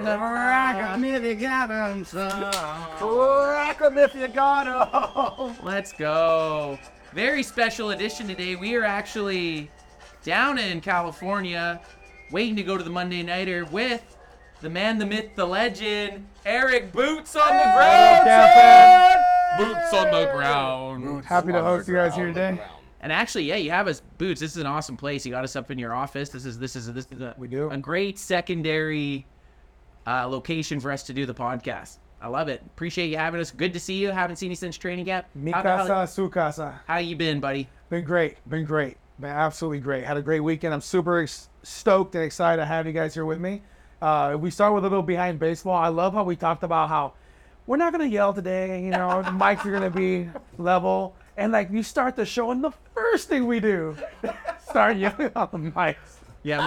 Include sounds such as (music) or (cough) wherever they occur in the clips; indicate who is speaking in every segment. Speaker 1: Rock 'em if you got 'em, son.
Speaker 2: Crack them if you got 'em.
Speaker 1: Let's go. Very special edition today. We are actually down in California, waiting to go to the Monday Nighter with the man, the myth, the legend, Eric Boots on the ground.
Speaker 3: Tampa.
Speaker 1: son! Boots on the ground.
Speaker 3: Happy to host you guys here today.
Speaker 1: And actually, yeah, you have us boots. This is an awesome place. You got us up in your office. This is this is this is a,
Speaker 3: We do.
Speaker 1: a great secondary uh, location for us to do the podcast. I love it. Appreciate you having us. Good to see you. Haven't seen you since training camp.
Speaker 3: Mi
Speaker 1: How-
Speaker 3: casa,
Speaker 1: How,
Speaker 3: su casa.
Speaker 1: how you been, buddy?
Speaker 3: Been great. Been great. Been absolutely great. Had a great weekend. I'm super ex- stoked and excited to have you guys here with me. Uh, we start with a little behind baseball. I love how we talked about how we're not gonna yell today. You know, the mics are gonna be level. And like you start the show, and the first thing we do, (laughs) start yelling on the mics.
Speaker 1: Yeah,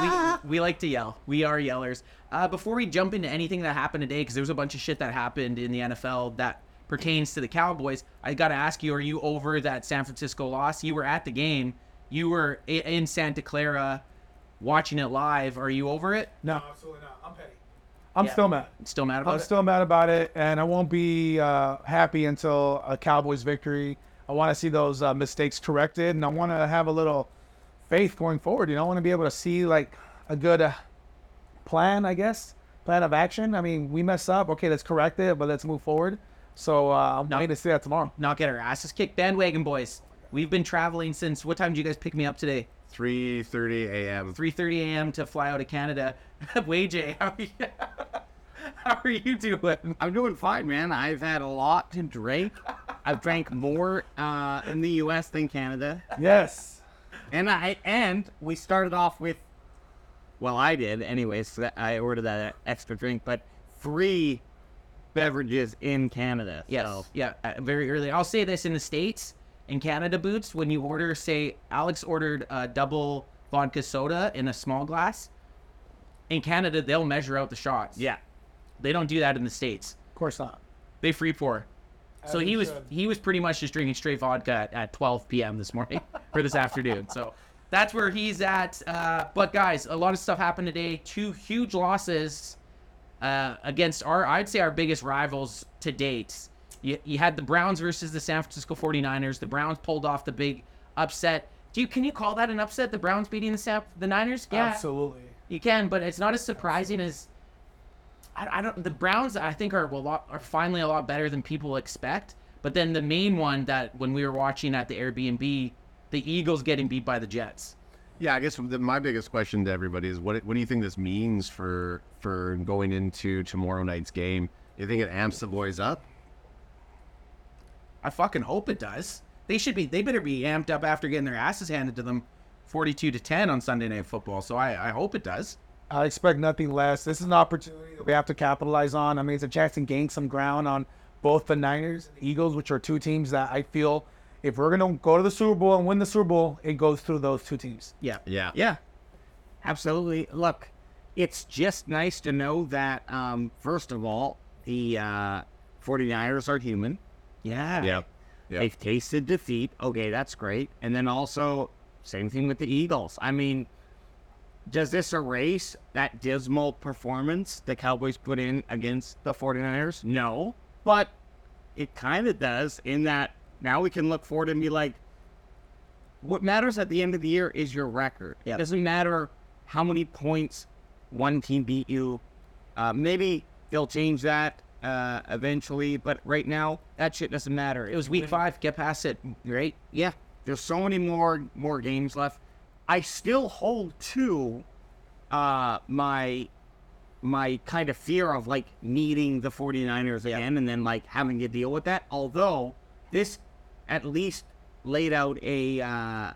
Speaker 1: we, we, we like to yell. We are yellers. Uh, before we jump into anything that happened today, because there was a bunch of shit that happened in the NFL that pertains to the Cowboys, I got to ask you are you over that San Francisco loss? You were at the game, you were i- in Santa Clara watching it live. Are you over it?
Speaker 3: No,
Speaker 2: Absolutely not. I'm petty.
Speaker 3: I'm
Speaker 1: Yeah.
Speaker 3: still mad.
Speaker 1: Still mad about
Speaker 3: I'm
Speaker 1: it?
Speaker 3: still mad about it, and I won't be uh, happy until a Cowboys victory. I want to see those uh, mistakes corrected, and I want to have a little faith going forward. You know, I want to be able to see like a good uh, plan, I guess, plan of action. I mean, we mess up. Okay, let's correct it, but let's move forward. So uh, I'm waiting to see that tomorrow.
Speaker 1: Not get our asses kicked. Bandwagon boys. We've been traveling since what time did you guys pick me up today?
Speaker 2: 3:30 a.m.
Speaker 1: 3:30 a.m. to fly out of Canada. (laughs) WJ, how are you? (laughs) how are you doing?
Speaker 4: I'm doing fine, man. I've had a lot to drink. I've drank more uh, in the U.S. than Canada,
Speaker 3: Yes.
Speaker 4: and I and we started off with, well, I did, anyways. so that- I ordered that extra drink, but three beverages in Canada.
Speaker 1: Yes.
Speaker 4: so-
Speaker 1: Yeah. uh, Very early. I'll say this in the states, in Canada, boots. When you order, say Alex ordered a double vodka soda in a small glass. In Canada, they'll measure out the shots.
Speaker 4: yeah.
Speaker 1: They don't do that in the states.
Speaker 3: Of course not.
Speaker 1: They free pour. So
Speaker 3: they
Speaker 1: he was
Speaker 3: should.
Speaker 1: he was pretty much just drinking straight vodka at, at 12 p.m. this morning (laughs) or this afternoon. So that's where he's at. Uh, but guys, a lot of stuff happened today. Two huge losses uh, against our I'd say our biggest rivals to date. You, you had the Browns versus the San Francisco 49ers. The Browns pulled off the big upset. Do you can you call that an upset? The Browns beating the San, the Niners? Yeah.
Speaker 3: Absolutely.
Speaker 1: You can, but it's not as surprising as I, I don't. The Browns, I think, are a lot are finally a lot better than people expect. But then the main one that when we were watching at the Airbnb, the Eagles getting beat by the Jets.
Speaker 2: Yeah, I guess the, my biggest question to everybody is what what do you think this means for for going into tomorrow night's game? You think it amps the boys up?
Speaker 1: I fucking hope it does. They should be. They better be amped up after getting their asses handed to them, forty-two to ten on Sunday Night Football. So I, I hope it does.
Speaker 3: I expect nothing less. This is an opportunity that we have to capitalize on. I mean, it's a chance to gain some ground on both the Niners, and Eagles, which are two teams that I feel if we're going to go to the Super Bowl and win the Super Bowl, it goes through those two teams.
Speaker 1: Yeah.
Speaker 2: Yeah.
Speaker 4: Yeah, absolutely. Look, it's just nice to know that, um, first of all, the uh, 49ers are human.
Speaker 1: Yeah.
Speaker 2: Yeah. Yeah.
Speaker 4: They've tasted defeat. Okay, that's great. And then also, same thing with the Eagles. I mean, does this erase that dismal performance the Cowboys put in against the 49ers? No. But it kind of does in that now we can look forward and be like, what matters at the end of the year is your record.
Speaker 1: Yep.
Speaker 4: It doesn't matter how many points one team beat you. Uh, maybe they'll change that uh, eventually, but right now, that shit doesn't matter.
Speaker 1: It was Week Five. Get past it, right?
Speaker 4: yeah, there's so many more more games left. I still hold to uh my my kind of fear of like needing the 49ers again and then like having to deal with that. Although this at least laid out a uh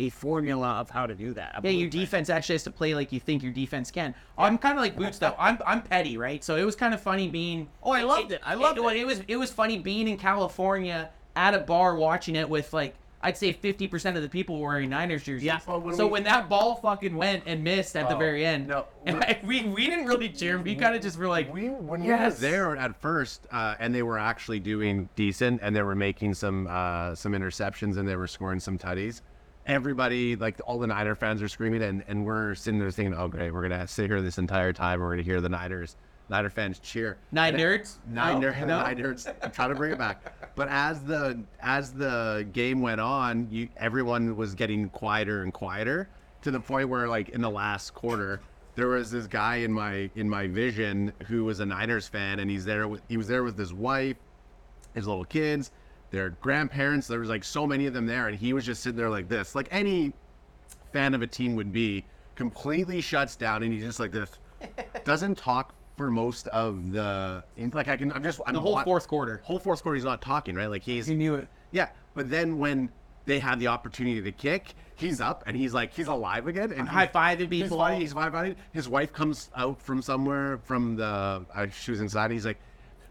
Speaker 4: a formula of how to do that. a
Speaker 1: Yeah, your
Speaker 4: blueprint.
Speaker 1: defense actually has to play like you think your defense can. I'm kind of like Boots though. I'm I'm petty, right? So it was kind of funny being.
Speaker 4: Oh, I loved it. I loved
Speaker 1: it. It was it was funny being in California at a bar watching it with like I'd say 50% of the people wearing Niners jerseys.
Speaker 4: Yeah.
Speaker 1: So when that ball fucking went and missed at the very end,
Speaker 2: Oh, no.
Speaker 1: (laughs) and I- we we didn't really cheer. We kind of just were like,
Speaker 2: We when
Speaker 3: Yes.
Speaker 2: we were there at first, uh, and they were actually doing decent, and they were making some uh, some interceptions, and they were scoring some tutties, everybody, like all the Niner fans, are screaming, and, and we're sitting there thinking, "Oh, great, we're gonna sit here this entire time. We're gonna hear the Niners, Niner fans cheer."
Speaker 1: Nine nerds.
Speaker 2: Nine
Speaker 1: No,
Speaker 2: nerds,
Speaker 1: no.
Speaker 2: nine nerds. I'm trying to bring it back. But as the as the game went on, you everyone was getting quieter and quieter to the point where, like in the last quarter, there was this guy in my in my vision who was a Niners fan, and he's there with he was there with his wife, his little kids, their grandparents. There was like so many of them there, and he was just sitting there like this, like any fan of a team would be, completely shuts down, and he's just like this, doesn't talk for most of the. it's Like I can, I'm just I'm
Speaker 1: The whole
Speaker 2: wa-
Speaker 1: fourth quarter.
Speaker 2: whole fourth quarter. He's not talking, right? Like he's
Speaker 3: He knew it.
Speaker 2: yeah, but then when they have the opportunity to kick, he's up and he's like he's alive again and
Speaker 1: High fiving
Speaker 2: He's
Speaker 1: people.
Speaker 2: fighting. He's fighting. His wife comes out from somewhere from the uh, she was inside. He's like,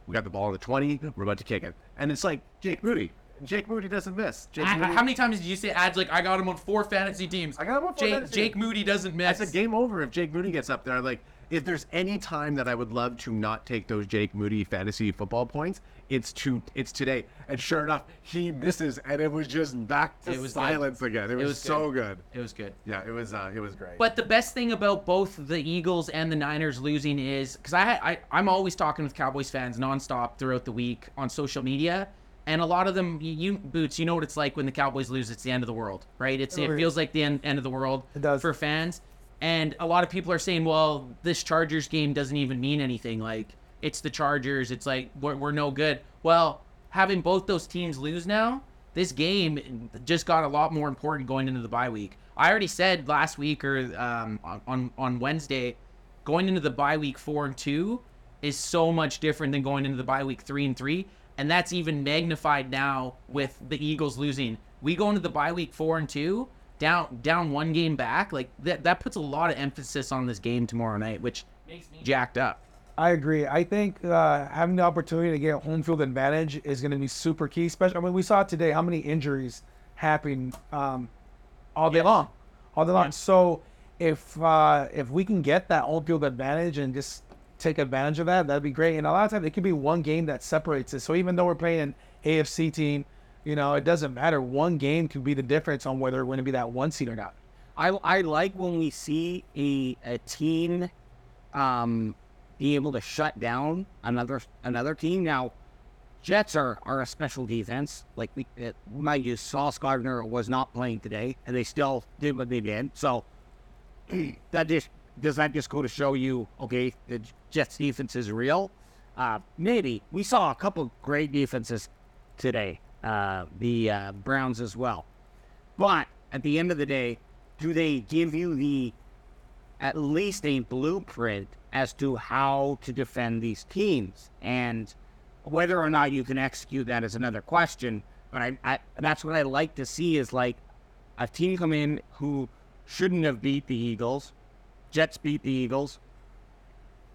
Speaker 2: "We got the ball in the twenty. We're about to kick it." And it's like Jake Moody. Jake Moody doesn't miss. Jake
Speaker 1: I-
Speaker 2: Moody,
Speaker 1: how many times did you say ads like I got him on four fantasy teams?
Speaker 2: I got him on four
Speaker 1: Jake,
Speaker 2: fantasy
Speaker 1: Jake
Speaker 2: teams.
Speaker 1: Moody doesn't
Speaker 2: I
Speaker 1: miss.
Speaker 2: said game over if Jake Moody gets up there. Like, if there's any time that I would love to not take those Jake Moody fantasy football points, it's to it's today. And sure enough, he misses, and it was just back to
Speaker 1: It was good.
Speaker 2: silence again. It was,
Speaker 1: was
Speaker 2: so good.
Speaker 1: It was good.
Speaker 2: Yeah, it was uh, it was great.
Speaker 1: But the best thing about both the Eagles and the Niners losing is because I, I I'm always talking with Cowboys fans nonstop throughout the week on social media, and a lot of them you, you boots you know what it's like when the Cowboys lose it's the end of the world right it's it
Speaker 3: Oh, yeah.
Speaker 1: feels like the end, end of the world
Speaker 3: It does.
Speaker 1: for fans, and a lot of people are saying well this Chargers game doesn't even mean anything like it's the Chargers it's like we're, we're no good well having both those teams lose now this game just got a lot more important going into the bye week. I already said last week or um, on- on on Wednesday, going into the bye week four and two is so much different than going into the bye week three and three, and that's even magnified now with the Eagles losing. We go into the bye week four and two down down one game back. Like that that puts a lot of emphasis on this game tomorrow night, which makes me jacked up.
Speaker 3: I agree. I think uh, having the opportunity to get a home field advantage is going to be super key. Especially, I mean, we saw today how many injuries happen um, all day long, all day long. So, if uh, if we can get that home field advantage and just take advantage of that, that'd be great. And a lot of times, it could be one game that separates us. So even though we're playing AFC team, you know, it doesn't matter. One game could be the difference on whether we're going to be that one seed or not.
Speaker 4: I, I like when we see a, a team um, be able to shut down another another team. Now, Jets are, are a special defense. Like we it, mind you, Sauce Gardner was not playing today, and they still did what they did. So (clears throat) that just does that just go to show you, okay, the Jets defense is real. Uh, maybe we saw a couple great defenses today. Uh, the uh, Browns as well. But at the end of the day, do they give you the at least a blueprint as to how to defend these teams? And whether or not you can execute that is another question. But I, I that's what I like to see is like a team come in who shouldn't have beat the Eagles. Jets beat the Eagles.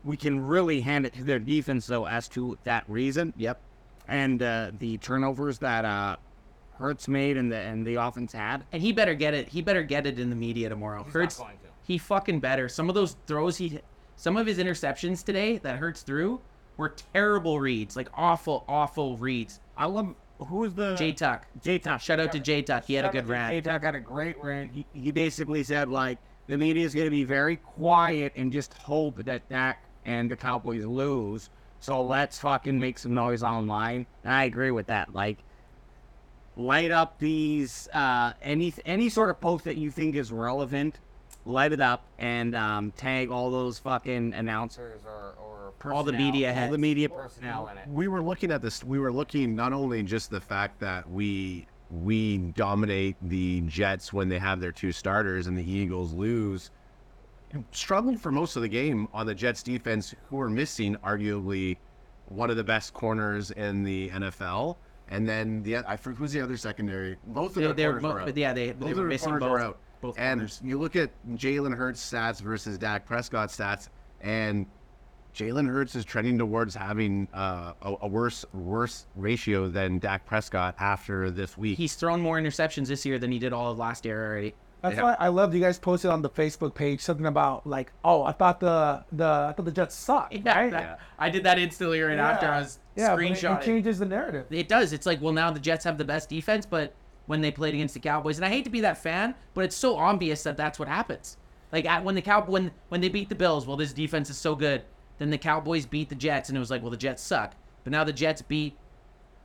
Speaker 4: We can really hand it to their defense though as to that reason. Yep. And uh, the turnovers that uh, Hertz made and the and the offense had.
Speaker 1: And he better get it. He better get it in the media tomorrow. Hurts. He fucking better. Some of those throws he, some of his interceptions today that Hurts threw were terrible reads, like awful, awful reads.
Speaker 4: I love who's the
Speaker 1: J Tuck.
Speaker 4: J Tuck.
Speaker 1: Shout out to J Tuck. He had a good
Speaker 4: J
Speaker 1: rant.
Speaker 4: Tuck had a great rant. He, he basically said like the media is going to be very quiet and just hope that Dak and the Cowboys lose. So let's fucking make some noise online. And I agree with that. Like light up these uh, any any sort of post that you think is relevant. Light it up and um, tag all those fucking announcers or, or personnel,
Speaker 1: All the media
Speaker 4: all
Speaker 1: heads.
Speaker 4: the media personnel in it.
Speaker 2: we were looking at this we were looking not only just the fact that we we dominate the jets when they have their two starters and the eagles lose struggled for most of the game on the jets defense who are missing arguably one of the best corners in the nfl and then the I forget who's the other secondary. Both of
Speaker 1: They,
Speaker 2: their
Speaker 1: they were,
Speaker 2: corners were
Speaker 1: mo-
Speaker 2: out.
Speaker 1: yeah, they, they
Speaker 2: Both
Speaker 1: were
Speaker 2: of the
Speaker 1: missing
Speaker 2: corners
Speaker 1: both.
Speaker 2: were out.
Speaker 1: Both
Speaker 2: and
Speaker 1: corners.
Speaker 2: you look at Jalen Hurts' stats versus Dak Prescott's stats, and Jalen Hurts is trending towards having uh, a, a worse worse ratio than Dak Prescott after this week.
Speaker 1: He's thrown more interceptions this year than he did all of last year already. (laughs)
Speaker 3: That's
Speaker 2: Yeah.
Speaker 3: why I loved you guys posted on the Facebook page something about like, oh, I thought the the I thought the Jets suck,
Speaker 1: Yeah,
Speaker 3: right?
Speaker 1: that- I did that instantly right after I was
Speaker 3: Yeah, but it- it
Speaker 1: screenshotting.
Speaker 3: changes the narrative.
Speaker 1: It does. It's like, well, now the Jets have the best defense, but when they played against the Cowboys. And I hate to be that fan, but it's so obvious that that's what happens. Like at, when the cow when when they beat the Bills, well, this defense is so good. Then the Cowboys beat the Jets, and it was like, well, the Jets suck. But now the Jets beat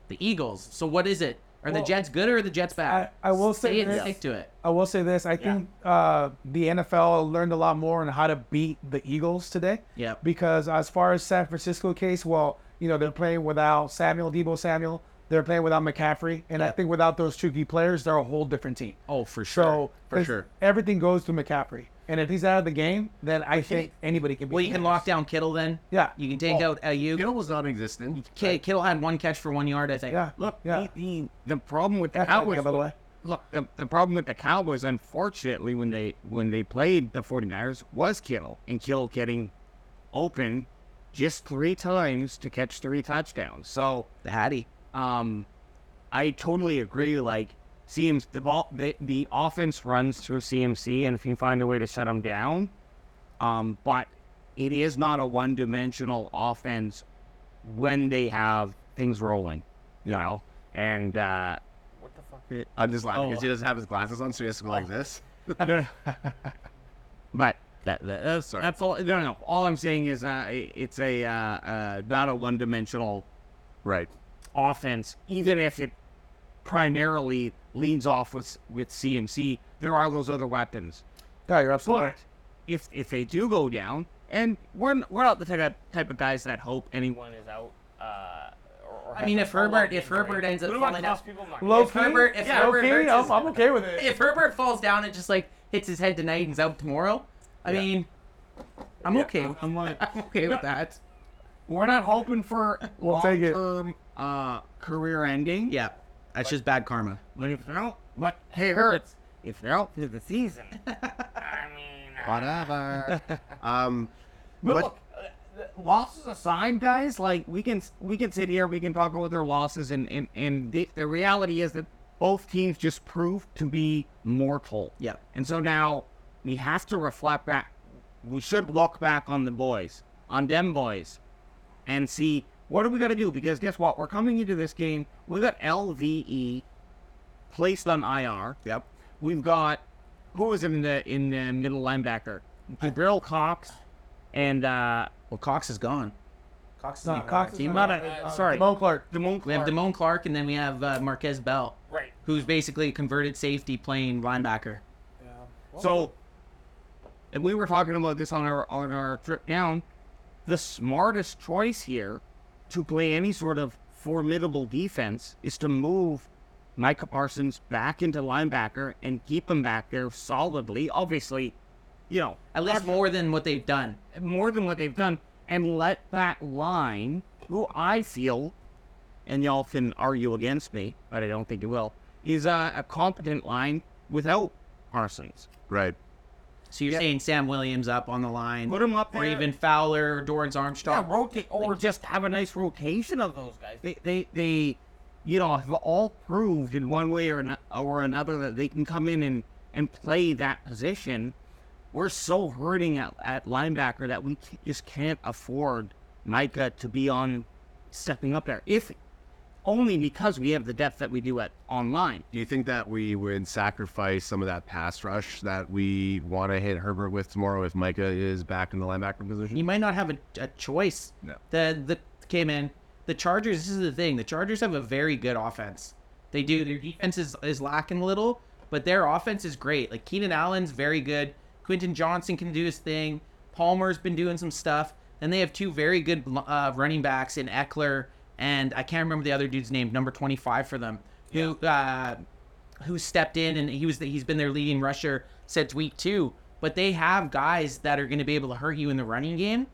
Speaker 1: the Eagles. So what is it? Are
Speaker 3: Well,
Speaker 1: the Jets good or are the Jets bad?
Speaker 3: I- I will say
Speaker 1: Stay and
Speaker 3: this.
Speaker 1: stick to it.
Speaker 3: I will say this: I think uh, the NFL learned a lot more on how to beat the Eagles today.
Speaker 1: Yep.
Speaker 3: Because as far as San Francisco case, well, you know they're playing without Samuel, Debo Samuel. They're playing without McCaffrey, and I
Speaker 1: Yep.
Speaker 3: think without those two key players, they're a whole different team.
Speaker 1: Oh, for sure.
Speaker 3: So
Speaker 2: for
Speaker 3: 'cause
Speaker 2: sure.
Speaker 3: everything goes to McCaffrey, and if he's out of the game, then I think anybody can. Beat
Speaker 1: well, you can
Speaker 3: him.
Speaker 1: lock down Kittle then.
Speaker 3: Yeah.
Speaker 1: You can take
Speaker 3: Oh,
Speaker 1: out Ayuk.
Speaker 2: Kittle was non-existent.
Speaker 1: K- Kittle had one catch for one yard, I think.
Speaker 3: Yeah.
Speaker 4: Look,
Speaker 3: Yeah.
Speaker 4: the, the, the problem with the
Speaker 3: That's like,
Speaker 4: Cowboys.
Speaker 3: by the way.
Speaker 4: Look, the, the problem with the Cowboys, unfortunately, when they when they played the 49ers, was Kittle and Kittle getting open just three times to catch three touchdowns. So
Speaker 1: The Hattie.
Speaker 4: um, I totally agree. Like CMC, the ball, the, the offense runs through CMC, and if you find a way to shut him down, um, but it is not a one-dimensional offense when they have things rolling, you know. And uh, what the fuck? Did,
Speaker 2: I'm just laughing
Speaker 4: Oh.
Speaker 2: because he doesn't have his glasses on, so he has to go like this.
Speaker 4: But that, that that's, that's all. No, no. All I'm saying is, uh, i- it's a uh, uh, not a one-dimensional
Speaker 2: Right.
Speaker 4: offense. Even if it primarily leans off with with CMC, there are those other weapons.
Speaker 3: Yeah, you're absolutely
Speaker 4: But if if they do go down, and we're n- we're not the type of, type of guys that hope anyone is out. Uh, or, or
Speaker 1: I mean,
Speaker 4: has
Speaker 1: if
Speaker 4: a prolonged
Speaker 1: Herbert- if
Speaker 4: injury.
Speaker 1: Herbert ends up
Speaker 4: We don't wanna
Speaker 1: falling out-
Speaker 4: cost people money.
Speaker 3: Low
Speaker 1: If
Speaker 3: key,
Speaker 1: Herbert- if
Speaker 3: yeah, low
Speaker 1: Herbert
Speaker 3: key,
Speaker 1: hurts
Speaker 3: I'm,
Speaker 1: his-
Speaker 3: I'm okay with it.
Speaker 1: If Herbert falls down and just like hits his head tonight and is out tomorrow, I mean, I'm okay.
Speaker 4: I'm like,
Speaker 1: (laughs) I'm okay with that.
Speaker 4: we're not hoping for
Speaker 3: We'll take it.
Speaker 4: long-term uh, career ending.
Speaker 1: Yeah. That's just bad karma.
Speaker 4: But if they're out, but hey, hurts. If they're out through the season, (laughs) I mean,
Speaker 1: (laughs)
Speaker 2: Whatever. um,
Speaker 4: but
Speaker 2: but-
Speaker 4: look, uh, th- losses aside, guys, like we can we can sit here, we can talk about their losses, and and and the, the reality is that both teams just proved to be mortal.
Speaker 1: Yeah.
Speaker 4: And so now we have to reflect back. We should look back on the boys, on them boys, and see what are we going to do? Because guess what? We're coming into this game. We got LVE placed on IR.
Speaker 2: Yep.
Speaker 4: We've got who was in the in the middle linebacker? Jabril Cox and uh
Speaker 1: Well, Cox is gone. Cox is
Speaker 3: No,
Speaker 1: not
Speaker 3: Cox is
Speaker 1: on our team.
Speaker 3: not
Speaker 4: on-
Speaker 3: Uh,
Speaker 4: sorry.
Speaker 3: Mo Clark.
Speaker 4: Damone
Speaker 1: We have
Speaker 4: Clark.
Speaker 1: Damone Clark, and then we have uh, Marquez Bell,
Speaker 4: Right.
Speaker 1: who's basically a converted safety playing linebacker.
Speaker 4: So, and we were talking about this on our on our trip down. The smartest choice here to play any sort of formidable defense is to move Micah Parsons back into linebacker and keep him back there solidly. Obviously, you know,
Speaker 1: At least more than what they've done.
Speaker 4: more than what they've done, and let that line, who I feel, and y'all can argue against me, but I don't think you will, is a, a competent line without Parsons.
Speaker 2: Right.
Speaker 1: So you're saying Sam Williams up on the line,
Speaker 4: Put him up
Speaker 1: or
Speaker 4: there.
Speaker 1: even Fowler or Dorrance
Speaker 4: Yeah,
Speaker 1: Armstrong.
Speaker 4: rotate or just have a nice rotation of those guys. They, they, they, you know, have all proved in one way or, ano- or another that they can come in and, and play that position. We're so hurting at, at linebacker that we c- just can't afford Micah to be on stepping up there. If only because we have the depth that we do at online.
Speaker 2: Do you think that we would sacrifice some of that pass rush that we want to hit Herbert with tomorrow if Micah is back in the linebacker position?
Speaker 1: You might not have a, a choice.
Speaker 2: No.
Speaker 1: The the came in. The Chargers. This is the thing. The Chargers have a very good offense. They do. Their defense is, is lacking a little, but their offense is great. Like Keenan Allen's very good. Quinton Johnson can do his thing. Palmer's been doing some stuff. Then they have two very good uh, running backs in Eckler and I can't remember the other dude's name. Number twenty five for them. Who uh, who stepped in and he was the, he's been their leading rusher since week two. But they have guys that are going to be able to hurt you in the running game.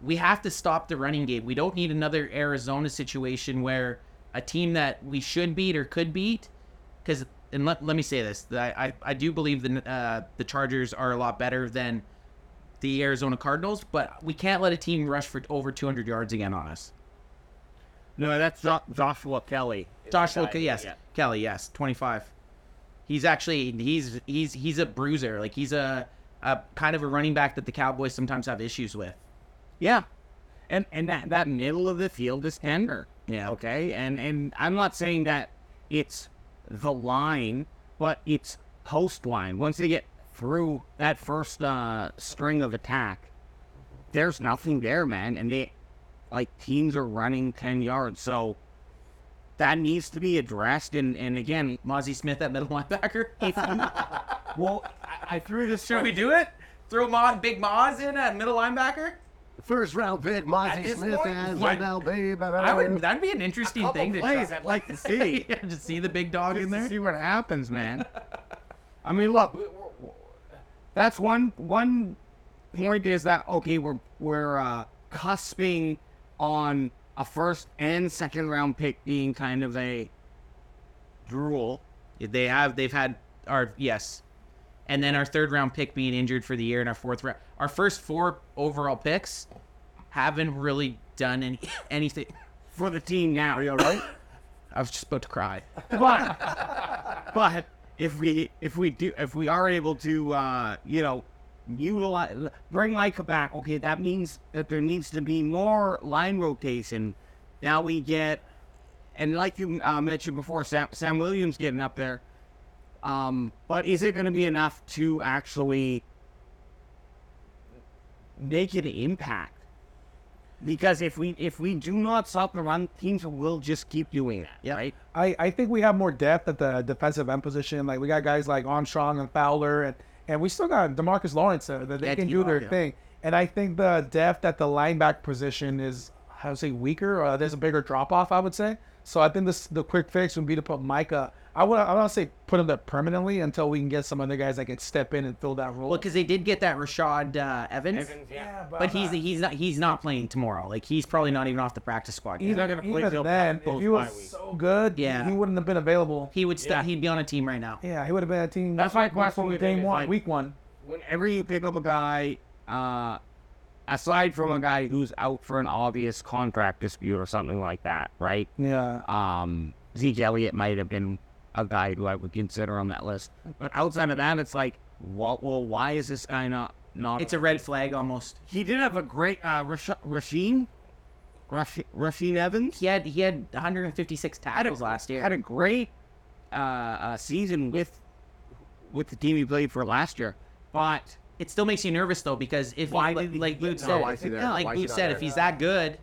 Speaker 1: We have to stop the running game. We don't need another Arizona situation where a team that we should beat or could beat. Because and let, let me say this, that I I, I do believe the uh, the Chargers are a lot better than the Arizona Cardinals, but we can't let a team rush for over 200 yards again on us.
Speaker 4: No, that's jo- Joshua Kelly.
Speaker 1: Josh Luka, yes. Kelly, yes. 25. He's actually he's he's he's a bruiser. Like he's a, a kind of a running back that the Cowboys sometimes have issues with.
Speaker 4: Yeah. And and that, that middle of the field is tender.
Speaker 1: Yeah.
Speaker 4: Okay. And and I'm not saying that it's the line, but it's post line. Once they get through that first uh, string of attack, there's nothing there, man. And they, like, teams are running 10 yards. So that needs to be addressed. And, and again,
Speaker 1: Mozzie Smith at middle linebacker.
Speaker 4: well, I, I threw this
Speaker 1: Should we do it? Throw Moz, Big Moz in at middle linebacker.
Speaker 2: First round pick,
Speaker 1: At
Speaker 2: Mozzie
Speaker 1: this
Speaker 2: Smith
Speaker 1: point,
Speaker 2: as
Speaker 1: what?
Speaker 2: MLB.
Speaker 1: I would. That'd be an interesting
Speaker 4: Um, couple
Speaker 1: thing to
Speaker 4: plays
Speaker 1: try.
Speaker 4: I'd like to (laughs) see.
Speaker 1: (laughs) yeah, just see the big dog in there.
Speaker 4: see what happens, (laughs) man. I mean, look, we- we- that's one one point is that okay, we're we're uh, cusping on a first and second round pick being kind of a drool.
Speaker 1: They have. They've had our yes, and then our third round pick being injured for the year, and our fourth round, our first four overall picks, haven't really done any (laughs) anything.
Speaker 4: for the team now. Are you all (coughs) right?
Speaker 1: I was just about to cry.
Speaker 4: but but if we if we do if we are able to uh, you know utilize bring Leica back, okay, that means that there needs to be more line rotation. Now we get and like you uh, mentioned before, Sam, Sam Williams getting up there. Um, but is it going to be enough to actually make an impact? Because if we if we do not stop the run, teams will just keep doing that. Right.
Speaker 3: I, I think we have more depth at the defensive end position. Like we got guys like Armstrong and Fowler, and and we still got Demarcus Lawrence there that they
Speaker 1: Yeah,
Speaker 3: can
Speaker 1: you
Speaker 3: do their
Speaker 1: are, yeah.
Speaker 3: thing. And I think the depth at the lineback position is how to say weaker. Uh, there's a bigger drop off, I would say. So I think this the quick fix would be to put Micah. I would I don't say put him there permanently until we can get some other guys that can step in and fill that role.
Speaker 1: Well, because they did get that Rashad uh, Evans,
Speaker 4: yeah.
Speaker 1: but he's he's not he's not playing tomorrow. Like he's probably not even off the practice squad. yet.
Speaker 4: He's not gonna play
Speaker 3: even
Speaker 4: till
Speaker 3: then,
Speaker 4: both
Speaker 3: if he
Speaker 4: bye
Speaker 3: was
Speaker 4: weeks.
Speaker 3: so good,
Speaker 1: Yeah.
Speaker 3: he wouldn't have been available.
Speaker 1: He would. St- He'd be on a team right now.
Speaker 3: Yeah, he would have been a team.
Speaker 4: That's my question with
Speaker 3: Game
Speaker 4: Davis,
Speaker 3: one,
Speaker 4: like-
Speaker 3: week one.
Speaker 4: Whenever you pick up a guy, uh, aside from a guy who's out for an obvious contract dispute or something like that, right?
Speaker 3: Yeah.
Speaker 4: Um, Zeke Elliott might have been a guy who I would consider on that list, but outside of that, it's like, what? Well, why is this guy not not?
Speaker 1: It's a red flag almost.
Speaker 4: he did have a great uh, Rash- Rasheen, Rash- Rasheen Evans.
Speaker 1: He had he had 156 tackles last year.
Speaker 4: had a great uh, uh, season with with the team he played for last year, but
Speaker 1: it still makes you nervous though because if
Speaker 4: Why
Speaker 1: he,
Speaker 4: did he
Speaker 1: like
Speaker 4: get-
Speaker 1: Luke
Speaker 4: No,
Speaker 1: said,
Speaker 2: I see that.
Speaker 1: like
Speaker 2: Why is he
Speaker 1: Luke
Speaker 2: not
Speaker 1: said,
Speaker 2: there?
Speaker 1: if he's that good,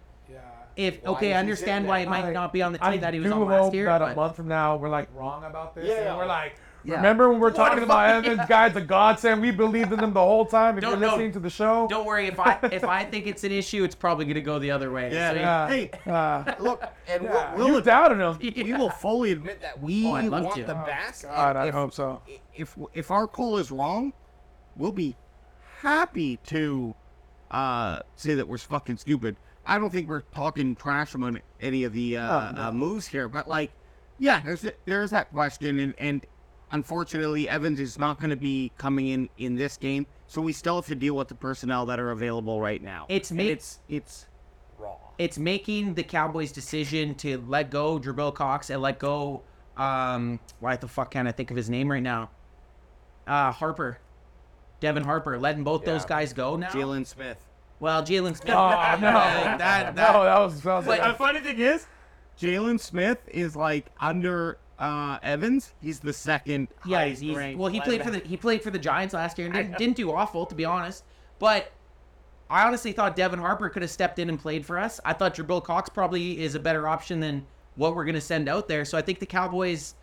Speaker 1: if okay, I understand why it might not be on the team
Speaker 3: I
Speaker 1: that he was
Speaker 3: do
Speaker 1: on
Speaker 3: hope
Speaker 1: last year.
Speaker 3: that a
Speaker 1: but-
Speaker 3: month from now we're like wrong about this.
Speaker 2: Yeah.
Speaker 3: and we're like,
Speaker 2: Yeah.
Speaker 3: remember when we we're talking
Speaker 1: the
Speaker 3: about
Speaker 1: fuck?
Speaker 3: Evans? Guys, a godsend. We believed in them the whole time. If
Speaker 1: Don't-
Speaker 3: you're
Speaker 1: don't-
Speaker 3: listening to the show,
Speaker 1: (laughs) Don't worry if I if I think it's an issue, it's probably gonna go the other way.
Speaker 4: Yeah,
Speaker 1: So,
Speaker 3: yeah.
Speaker 4: hey,
Speaker 3: uh,
Speaker 2: Look, and
Speaker 3: yeah,
Speaker 4: we'll-
Speaker 3: you doubted him.
Speaker 1: yeah.
Speaker 4: we will fully admit that we
Speaker 1: Oh, I'd love
Speaker 4: want
Speaker 1: to.
Speaker 4: the
Speaker 1: Oh,
Speaker 4: best. and
Speaker 3: God, I
Speaker 4: if,
Speaker 3: hope so.
Speaker 4: if if our call is wrong, we'll be happy to uh, say that we're fucking stupid. I don't think we're talking trash on any of the uh,
Speaker 3: Oh, no.
Speaker 4: uh, moves here, but like, yeah, there's there's that question, and, and unfortunately, Evans is not going to be coming in in this game, so we still have to deal with the personnel that are available right now.
Speaker 1: It's
Speaker 4: And
Speaker 1: ma-
Speaker 4: it's it's
Speaker 1: it's making the Cowboys' decision to let go Jabril Cox and let go. Um, why the fuck can't I think of his name right now? Uh, Harper, Devin Harper, letting both those guys go now.
Speaker 4: Jalen Smith.
Speaker 1: Well, Jalen Smith.
Speaker 3: Oh, no.
Speaker 1: Like, (laughs) that, that,
Speaker 3: no, that was. That was
Speaker 1: But-
Speaker 4: The funny thing is, Jalen Smith is like under uh, Evans. He's the second.
Speaker 1: Yeah, he's,
Speaker 4: highest
Speaker 1: he's-
Speaker 4: ranked
Speaker 1: well. He played for the
Speaker 4: linebacker.
Speaker 1: he played for the Giants last year and didn't, didn't do awful, to be honest. But I honestly thought Devin Harper could have stepped in and played for us. I thought Jabril Cox probably is a better option than what we're going to send out there. So I think the Cowboys,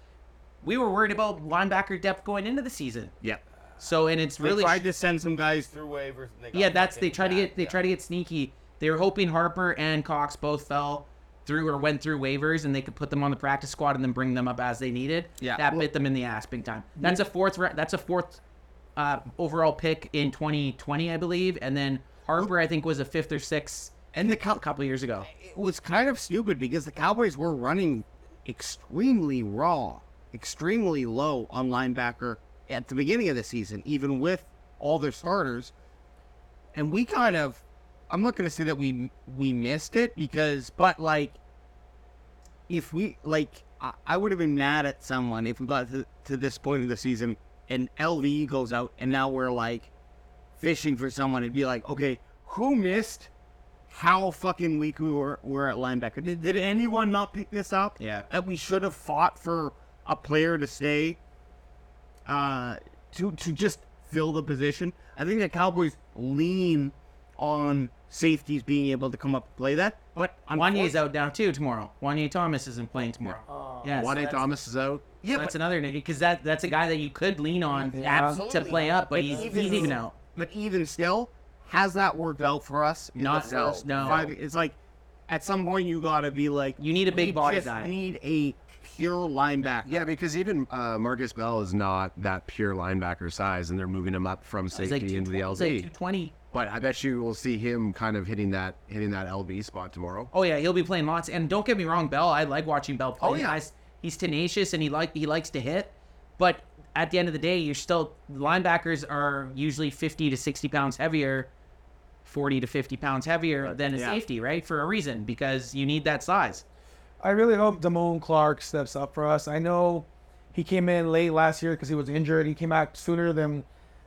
Speaker 1: we were worried about linebacker depth going into the season.
Speaker 4: Yeah,
Speaker 1: So and it's
Speaker 4: really
Speaker 1: really
Speaker 4: they tried to send some guys through waivers. And they got
Speaker 1: yeah. That's they
Speaker 4: fucking
Speaker 1: try to get
Speaker 4: jacked.
Speaker 1: they try to get sneaky. They were hoping Harper and Cox both fell through or went through waivers and they could put them on the practice squad and then bring them up as they needed.
Speaker 4: Yeah.
Speaker 1: that
Speaker 4: Well-
Speaker 1: bit them in the ass big time. That's a fourth. ra- That's a fourth uh, overall pick in 2020, I believe, and then Harper I think was a fifth or sixth
Speaker 4: And the Cow-
Speaker 1: a couple years ago.
Speaker 4: it was kind of stupid because the Cowboys were running extremely raw, extremely low on linebacker at the beginning of the season, even with all their starters. And we kind of, I'm not going to say that we we missed it because, but like, if we like, I, I would have been mad at someone if we got to, to this point of the season and LVE goes out and now we're like fishing for someone and be like, okay, who missed how fucking weak we were, were at linebacker. Did, did anyone not pick this up?
Speaker 1: Yeah.
Speaker 4: That we should have fought for a player to stay uh, to to just fill the position. I think the Cowboys lean on safeties being able to come up and play that. But
Speaker 1: Wanye's out now too tomorrow. Wanye Thomas isn't playing tomorrow.
Speaker 4: Oh.
Speaker 1: yes,
Speaker 2: Juan A.
Speaker 1: that's,
Speaker 2: Thomas is out.
Speaker 4: yeah,
Speaker 1: that's another name because that that's a guy that you could lean on to
Speaker 4: Absolutely.
Speaker 1: play up, but
Speaker 4: But
Speaker 1: he's
Speaker 4: even-
Speaker 1: he's even out.
Speaker 4: but even still, has that worked out for us?
Speaker 1: Not for us, no.
Speaker 4: Five- It's like at some point you gotta be like
Speaker 1: You need a big
Speaker 4: we
Speaker 1: body
Speaker 4: just
Speaker 1: guy.
Speaker 4: Need a pure linebacker.
Speaker 2: Yeah, because even uh, Marcus Bell is not that pure linebacker size, and they're moving him up from
Speaker 1: He's
Speaker 2: safety
Speaker 1: like
Speaker 2: into the LB.
Speaker 1: two twenty.
Speaker 2: But I bet you we'll see him kind of hitting that hitting that LB spot tomorrow.
Speaker 1: Oh yeah, he'll be playing lots. And don't get me wrong, Bell. I like watching Bell play.
Speaker 2: Oh, yeah.
Speaker 1: Guys, he's tenacious and he like he likes to hit. But at the end of the day, you're still linebackers are usually 50 to 60 pounds heavier, 40 to 50 pounds heavier than a
Speaker 4: Yeah.
Speaker 1: safety, right? For a reason because you need that size.
Speaker 3: I really hope Damone Clark steps up for us. I know he came in late last year because he was injured. He came out sooner than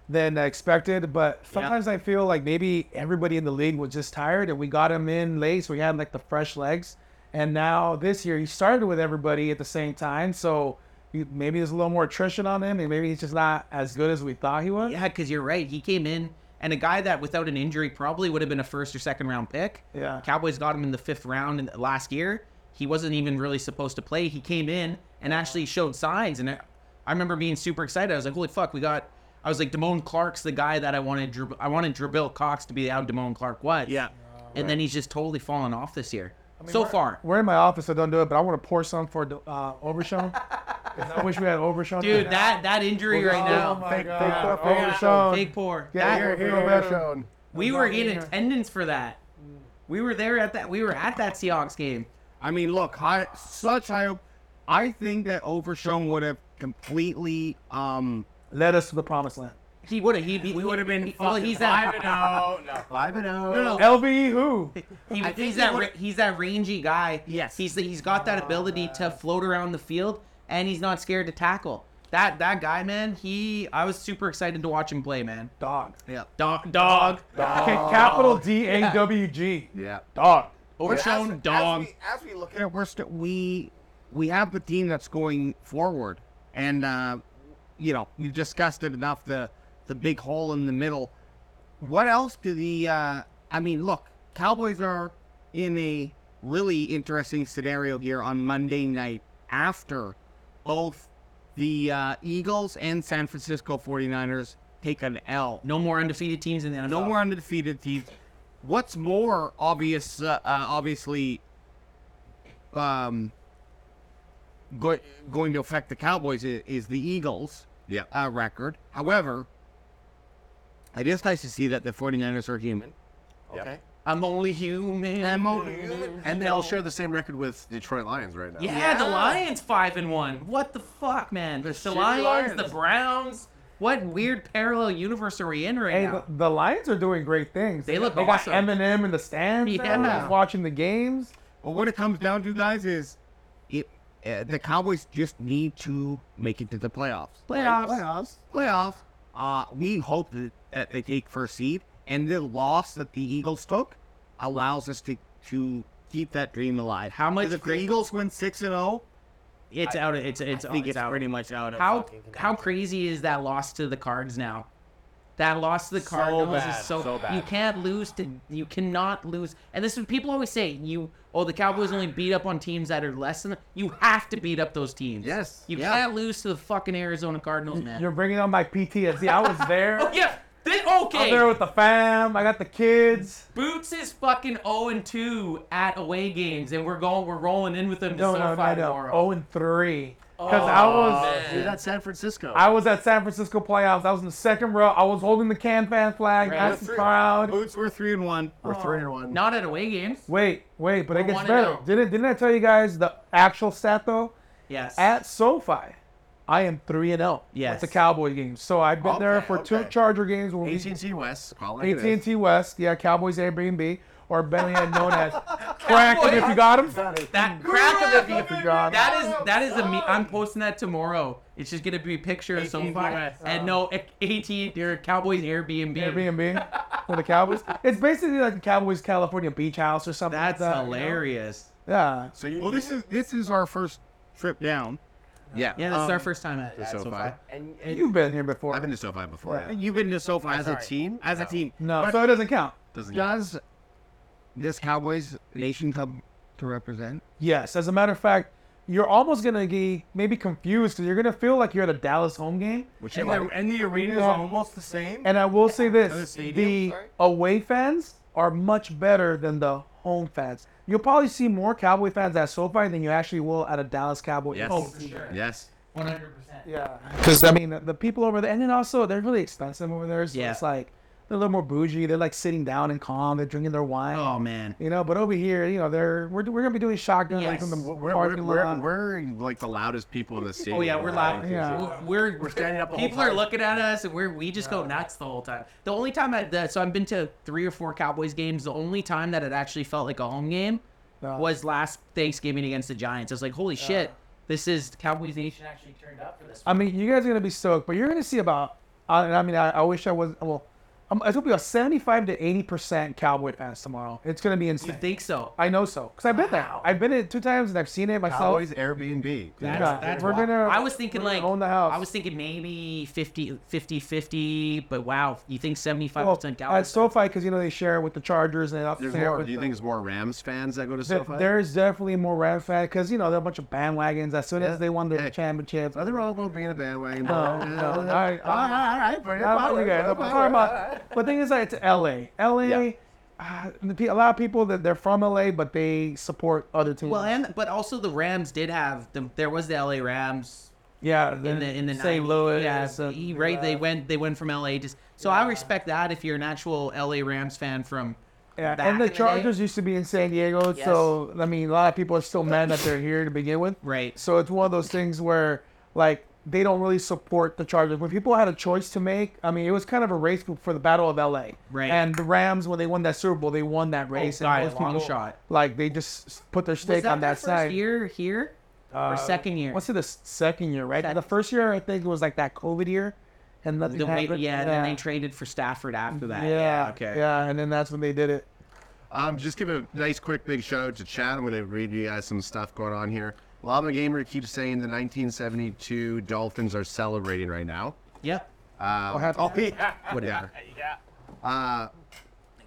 Speaker 3: than expected, but sometimes I feel like maybe everybody in the league was just tired, and we got him in late, so he had like the fresh legs. And now this year, he started with everybody at the same time, so you, maybe there's a little more attrition on him, and maybe he's just not as good as we thought he was.
Speaker 1: Yeah, because you're right. He came in and a guy that without an injury probably would have been a first or second round pick.
Speaker 3: Yeah.
Speaker 1: Cowboys got him in the fifth round in last year. He wasn't even really supposed to play. He came in and actually showed signs. And I, I remember being super excited. I was like, holy fuck, we got. I was like, Damone Clark's the guy that I wanted. Drib- I wanted Drabil Cox to be how Damone Clark was.
Speaker 4: Yeah.
Speaker 1: And then he's just totally fallen off this year. so far.
Speaker 3: We're in my office, so don't do it. But I want to pour some for uh, Overshown. (laughs) 'Cause I wish we had Overshown.
Speaker 1: Dude, that that injury right
Speaker 3: Oh
Speaker 1: now.
Speaker 3: my
Speaker 2: Fake-
Speaker 3: God.
Speaker 2: fake pour for
Speaker 3: Overshown.
Speaker 1: Big pour.
Speaker 3: Yeah,
Speaker 1: That-
Speaker 3: here, here,
Speaker 1: we were in attendance for that. We were there at that. We were at that Seahawks game.
Speaker 4: I mean, look, high, such high. hope. I think that Overshone would have completely. um
Speaker 3: Led us to the promised land.
Speaker 1: He would have. He, he would have been. Well, he's that.
Speaker 4: No, no.
Speaker 2: Five and oh.
Speaker 1: no, no.
Speaker 3: LVE E who?
Speaker 1: He,
Speaker 4: I
Speaker 1: he's
Speaker 4: think he
Speaker 1: that.
Speaker 4: would've-
Speaker 1: ra- He's that rangy guy.
Speaker 4: Yes.
Speaker 1: He's the, he's got that ability to float around the field, and he's not scared to tackle. That that guy, man. He. I was super excited to watch him play, man.
Speaker 3: Dog.
Speaker 4: Yeah.
Speaker 1: Dog. Dog.
Speaker 3: Okay, capital D A W G.
Speaker 2: Yeah.
Speaker 3: Dog.
Speaker 1: Overshown
Speaker 5: as,
Speaker 1: dog.
Speaker 5: As we, as we look
Speaker 4: Yeah,
Speaker 5: at
Speaker 4: we're still we we have the team that's going forward, and uh you know we've discussed it enough. The the big hole in the middle. What else do the? uh I mean, look, Cowboys are in a really interesting scenario here on Monday night after both the uh, Eagles and San Francisco 49ers take an L.
Speaker 1: no more undefeated teams in the NFL.
Speaker 4: No more undefeated teams. What's more obvious, uh, uh, obviously, um, go- going to affect the Cowboys is, is the Eagles'
Speaker 2: Yeah.
Speaker 4: uh, record. However, it is nice to see that the 49ers are human.
Speaker 5: okay,
Speaker 1: I'm only human.
Speaker 4: I'm only
Speaker 5: human.
Speaker 2: And they all share the same record with Detroit Lions right now.
Speaker 1: Yeah, the
Speaker 5: Yeah.
Speaker 1: Lions five and one. What the fuck, man? The,
Speaker 5: shitty
Speaker 1: Lions,
Speaker 5: Lions.
Speaker 1: the Browns. What weird parallel universe are we in right
Speaker 3: Hey,
Speaker 1: now?
Speaker 3: the, the Lions are doing great things.
Speaker 1: They look
Speaker 3: they
Speaker 1: awesome.
Speaker 3: got Eminem in the stands.
Speaker 1: Yeah.
Speaker 3: now, he's watching the games.
Speaker 4: But what it comes down to, guys, is it uh, the Cowboys just need to make it to the playoffs.
Speaker 1: Playoffs.
Speaker 4: playoffs, playoffs. Uh, we hope that, that they take first seed, and the loss that the Eagles took allows us to to keep that dream alive.
Speaker 1: How much-
Speaker 4: If the Eagles win six and zero,
Speaker 1: It's out. Of, it's it's,
Speaker 4: I think
Speaker 1: it's
Speaker 4: it's
Speaker 1: out.
Speaker 4: pretty much out of
Speaker 1: how
Speaker 5: fucking
Speaker 1: how crazy is that loss to the Cards now? That loss to the Cardinals
Speaker 5: bad,
Speaker 1: is so,
Speaker 5: so bad.
Speaker 1: You can't lose to. You cannot lose. And this is people always say you. Oh, the Cowboys only beat up on teams that are less than. You have to beat up those teams.
Speaker 2: Yes,
Speaker 1: You
Speaker 2: yeah.
Speaker 1: can't lose to the fucking Arizona Cardinals, man.
Speaker 3: You're bringing on my PTSD. I
Speaker 1: (laughs)
Speaker 3: was there.
Speaker 1: oh yeah. They,
Speaker 3: I'm
Speaker 1: okay.
Speaker 3: there with the fam. I got the kids.
Speaker 1: Boots is fucking 0 and 2 at away games, and we're going, we're rolling in with them to
Speaker 3: No, no,
Speaker 1: SoFi
Speaker 3: no, no.
Speaker 1: tomorrow.
Speaker 3: Oh and three.
Speaker 1: Oh,
Speaker 3: Because I was,
Speaker 2: Dude, that's San Francisco.
Speaker 3: I was at San Francisco playoffs. I was in the second row. I was holding the Can Fan flag.
Speaker 1: Right.
Speaker 3: Nice and proud.
Speaker 4: boots were three and one.
Speaker 2: We're three and one.
Speaker 1: Not at away games.
Speaker 3: Wait, wait, but it gets
Speaker 1: one and
Speaker 3: better.
Speaker 1: oh.
Speaker 3: Didn't didn't I tell you guys the actual stat though?
Speaker 1: Yes.
Speaker 3: At SoFi, I am three and zero.
Speaker 1: Yes.
Speaker 3: with the Cowboy games. So I've been there
Speaker 5: Okay,
Speaker 3: for two
Speaker 5: okay.
Speaker 3: Charger games. When we
Speaker 2: AT&T West. Call it like it
Speaker 3: AT and
Speaker 2: is.
Speaker 3: T West, yeah, Cowboys Airbnb, or better yet known
Speaker 1: (laughs)
Speaker 3: as Crack 'em if you got 'em.
Speaker 1: that crack of the
Speaker 3: If you got 'em.
Speaker 1: That is that is a me. I'm posting that tomorrow. It's just gonna be a picture of some
Speaker 4: West.
Speaker 1: and no AT your Cowboys Airbnb.
Speaker 3: Airbnb for the Cowboys. It's basically like the Cowboys California Beach House or something. like
Speaker 1: That's
Speaker 3: that, you know?
Speaker 1: hilarious.
Speaker 3: Yeah.
Speaker 2: So you,
Speaker 4: Well, this is this is our first trip down.
Speaker 2: Yeah.
Speaker 1: Yeah, this is our
Speaker 2: Um,
Speaker 1: first time at,
Speaker 2: the
Speaker 1: at
Speaker 2: SoFi.
Speaker 1: SoFi.
Speaker 4: And, and
Speaker 3: You've been here before.
Speaker 2: I've been to SoFi before. yeah.
Speaker 4: you've been to SoFi
Speaker 2: As a
Speaker 4: sorry.
Speaker 2: team?
Speaker 4: As a
Speaker 2: No.
Speaker 4: team.
Speaker 3: no, so it doesn't count.
Speaker 2: Doesn't
Speaker 4: Does this Cowboys Nation come to represent?
Speaker 3: Yes, as a matter of fact, you're almost gonna be maybe confused because you're gonna feel like you're at a Dallas home game.
Speaker 2: Which
Speaker 5: And the, and the arena is
Speaker 3: Yeah.
Speaker 5: almost the same.
Speaker 3: And I will say
Speaker 5: Other
Speaker 3: this:
Speaker 5: stadium,
Speaker 3: the
Speaker 5: sorry?
Speaker 3: away fans are much better than the home fans. You'll probably see more Cowboy fans at SoFi than you actually will at a Dallas Cowboy.
Speaker 2: Yes.
Speaker 3: home.
Speaker 2: Yes.
Speaker 1: 100%.
Speaker 3: Yeah, because I mean the people over there, and then also they're really expensive over there. So
Speaker 1: Yeah.
Speaker 3: it's like they're a little more bougie. They're like sitting down and calm. They're drinking their wine.
Speaker 1: Oh, man.
Speaker 3: You know, but over here, you know, they're we're, we're gonna be doing shotgun like, from the
Speaker 1: Yes.
Speaker 2: We're, we're,
Speaker 3: parking
Speaker 2: we're,
Speaker 3: lot.
Speaker 2: we're like the loudest people in the stadium.
Speaker 1: Oh, yeah, we're loud.
Speaker 3: Yeah.
Speaker 1: We're, we're,
Speaker 5: standing up the whole
Speaker 1: People are
Speaker 5: time.
Speaker 1: looking at us, and we're, we just go nuts the whole time. The only time I, the, so I've been to three or four Cowboys games. The only time that it actually felt like a home game
Speaker 3: Yeah.
Speaker 1: was last Thanksgiving against the Giants. I was like, holy shit, this is Cowboys Nation actually turned up for this.
Speaker 3: I mean, you guys are gonna be stoked, but you're gonna see about. I, I mean, I, I wish I was. Well, um, it's gonna be a 75 to 80 percent Cowboy fans tomorrow. It's gonna be
Speaker 1: you
Speaker 3: insane.
Speaker 1: think so?
Speaker 3: I know so, cause I've been there.
Speaker 1: Wow.
Speaker 3: I've been it two times and I've seen it myself.
Speaker 2: Cowboys Airbnb.
Speaker 1: That's,
Speaker 3: Yeah,
Speaker 1: that's
Speaker 3: we're
Speaker 1: wild.
Speaker 3: gonna-
Speaker 1: I was thinking
Speaker 3: we're gonna
Speaker 1: like
Speaker 3: own the house.
Speaker 1: I was thinking maybe 50 50 50, but wow, you think 75%
Speaker 3: well, uh, at
Speaker 1: Cowboys?
Speaker 3: SoFi, because you know they share it with the Chargers and they also
Speaker 2: There's
Speaker 3: share it
Speaker 2: more.
Speaker 3: with
Speaker 2: Do you
Speaker 3: the-
Speaker 2: think there's more Rams fans that go to
Speaker 3: There-
Speaker 2: SoFi?
Speaker 3: There's definitely more Rams fans because you know they're a bunch of bandwagons. As soon
Speaker 2: Yeah.
Speaker 3: as they won the
Speaker 2: Hey.
Speaker 3: championships,
Speaker 2: Nothing wrong with being a bandwagon.
Speaker 3: No,
Speaker 2: but-
Speaker 3: no,
Speaker 2: Yeah,
Speaker 3: all
Speaker 2: yeah.
Speaker 3: right,
Speaker 2: all right, all right, bring it
Speaker 3: I don't
Speaker 2: forward,
Speaker 3: think I-
Speaker 2: bring it
Speaker 3: I'm sorry
Speaker 2: forward.
Speaker 3: about. But the thing is that it's LA. LA.
Speaker 2: Yeah.
Speaker 3: ah, the pe- a lot of people that they're from LA, but they support other teams.
Speaker 1: well, and but also the Rams did have the there was the LA Rams
Speaker 3: yeah,
Speaker 1: in the in the
Speaker 3: St.
Speaker 1: 90s.
Speaker 3: Louis.
Speaker 1: Yeah,
Speaker 3: so-
Speaker 1: he- right. They went they went from LA to so I respect that if you're an actual LA Rams fan from
Speaker 3: yeah.
Speaker 1: back
Speaker 3: And the
Speaker 1: in day.
Speaker 3: Chargers used to be in San Diego,
Speaker 1: Yes.
Speaker 3: so I mean, a lot of people are still mad that they're here to begin with.
Speaker 1: right.
Speaker 3: So it's one of those things where like they don't really support the Chargers. When people had a choice to make, I mean, it was kind of a race for the Battle of LA.
Speaker 1: Right. Oh,
Speaker 3: And the Rams, when they won that Super Bowl, they won that race. and
Speaker 1: God,
Speaker 3: most
Speaker 1: long
Speaker 3: people,
Speaker 1: shot.
Speaker 3: Like they just s- put their
Speaker 1: Was
Speaker 3: stake
Speaker 1: that
Speaker 3: on
Speaker 1: their
Speaker 3: that
Speaker 1: first
Speaker 3: side.
Speaker 1: year here or second year?
Speaker 3: What's it? The s- second year, right?
Speaker 1: Second.
Speaker 3: The first year, I think, was like that COVID year, and nothing
Speaker 1: the way,
Speaker 3: happened.
Speaker 1: yeah, and then they traded for Stafford after that.
Speaker 3: yeah.
Speaker 1: okay.
Speaker 3: Yeah, and then that's when they did it.
Speaker 2: Um, just give a nice, quick, big shout out to Chad. I'm going to read you guys some stuff going on here. Llama Gamer keeps saying the 1972 Dolphins are celebrating right now.
Speaker 1: Yep.
Speaker 2: Um,
Speaker 3: happy-
Speaker 2: oh, yeah.
Speaker 1: Whatever.
Speaker 2: Uh,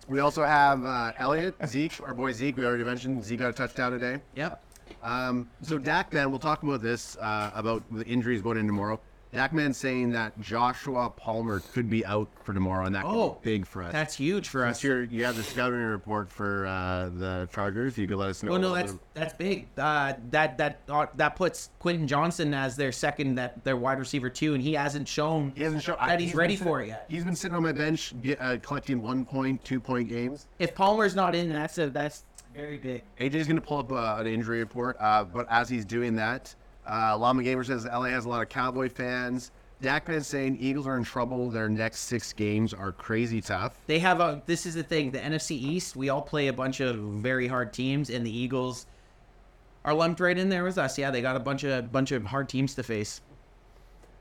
Speaker 2: we also have uh, Elliot, Zeke, our boy Zeke. We already mentioned Zeke got a touchdown today.
Speaker 1: Yep.
Speaker 2: Um, so Dak man, we'll talk about this uh, about the injuries going in tomorrow. Dak man saying that Joshua Palmer could be out for tomorrow, and that could
Speaker 1: Oh,
Speaker 2: be big for us.
Speaker 1: That's huge for us.
Speaker 2: That's your you have the scouting report for uh, the Chargers. You could let us know.
Speaker 1: Well, no,
Speaker 2: what
Speaker 1: that's
Speaker 2: the-
Speaker 1: that's big. Uh, that that uh, that puts Quentin Johnson as their second, that their wide receiver too, and he hasn't shown
Speaker 2: he hasn't shown
Speaker 1: that he's, ready
Speaker 2: been
Speaker 1: for
Speaker 2: sitting-
Speaker 1: it yet.
Speaker 2: He's been sitting on my bench, get, uh, collecting one point, two point games.
Speaker 1: If Palmer's not in, that's a that's very big.
Speaker 2: AJ's going to pull up uh, an injury report, uh, but as he's doing that, uh, Llama Gamer says LA has a lot of Cowboy fans. Dak man saying Eagles are in trouble. Their next six games are crazy tough.
Speaker 1: They have a. This is the thing. The NFC East. We all play a bunch of very hard teams, and the Eagles are lumped right in there with us. Yeah, they got a bunch of bunch of hard teams to face.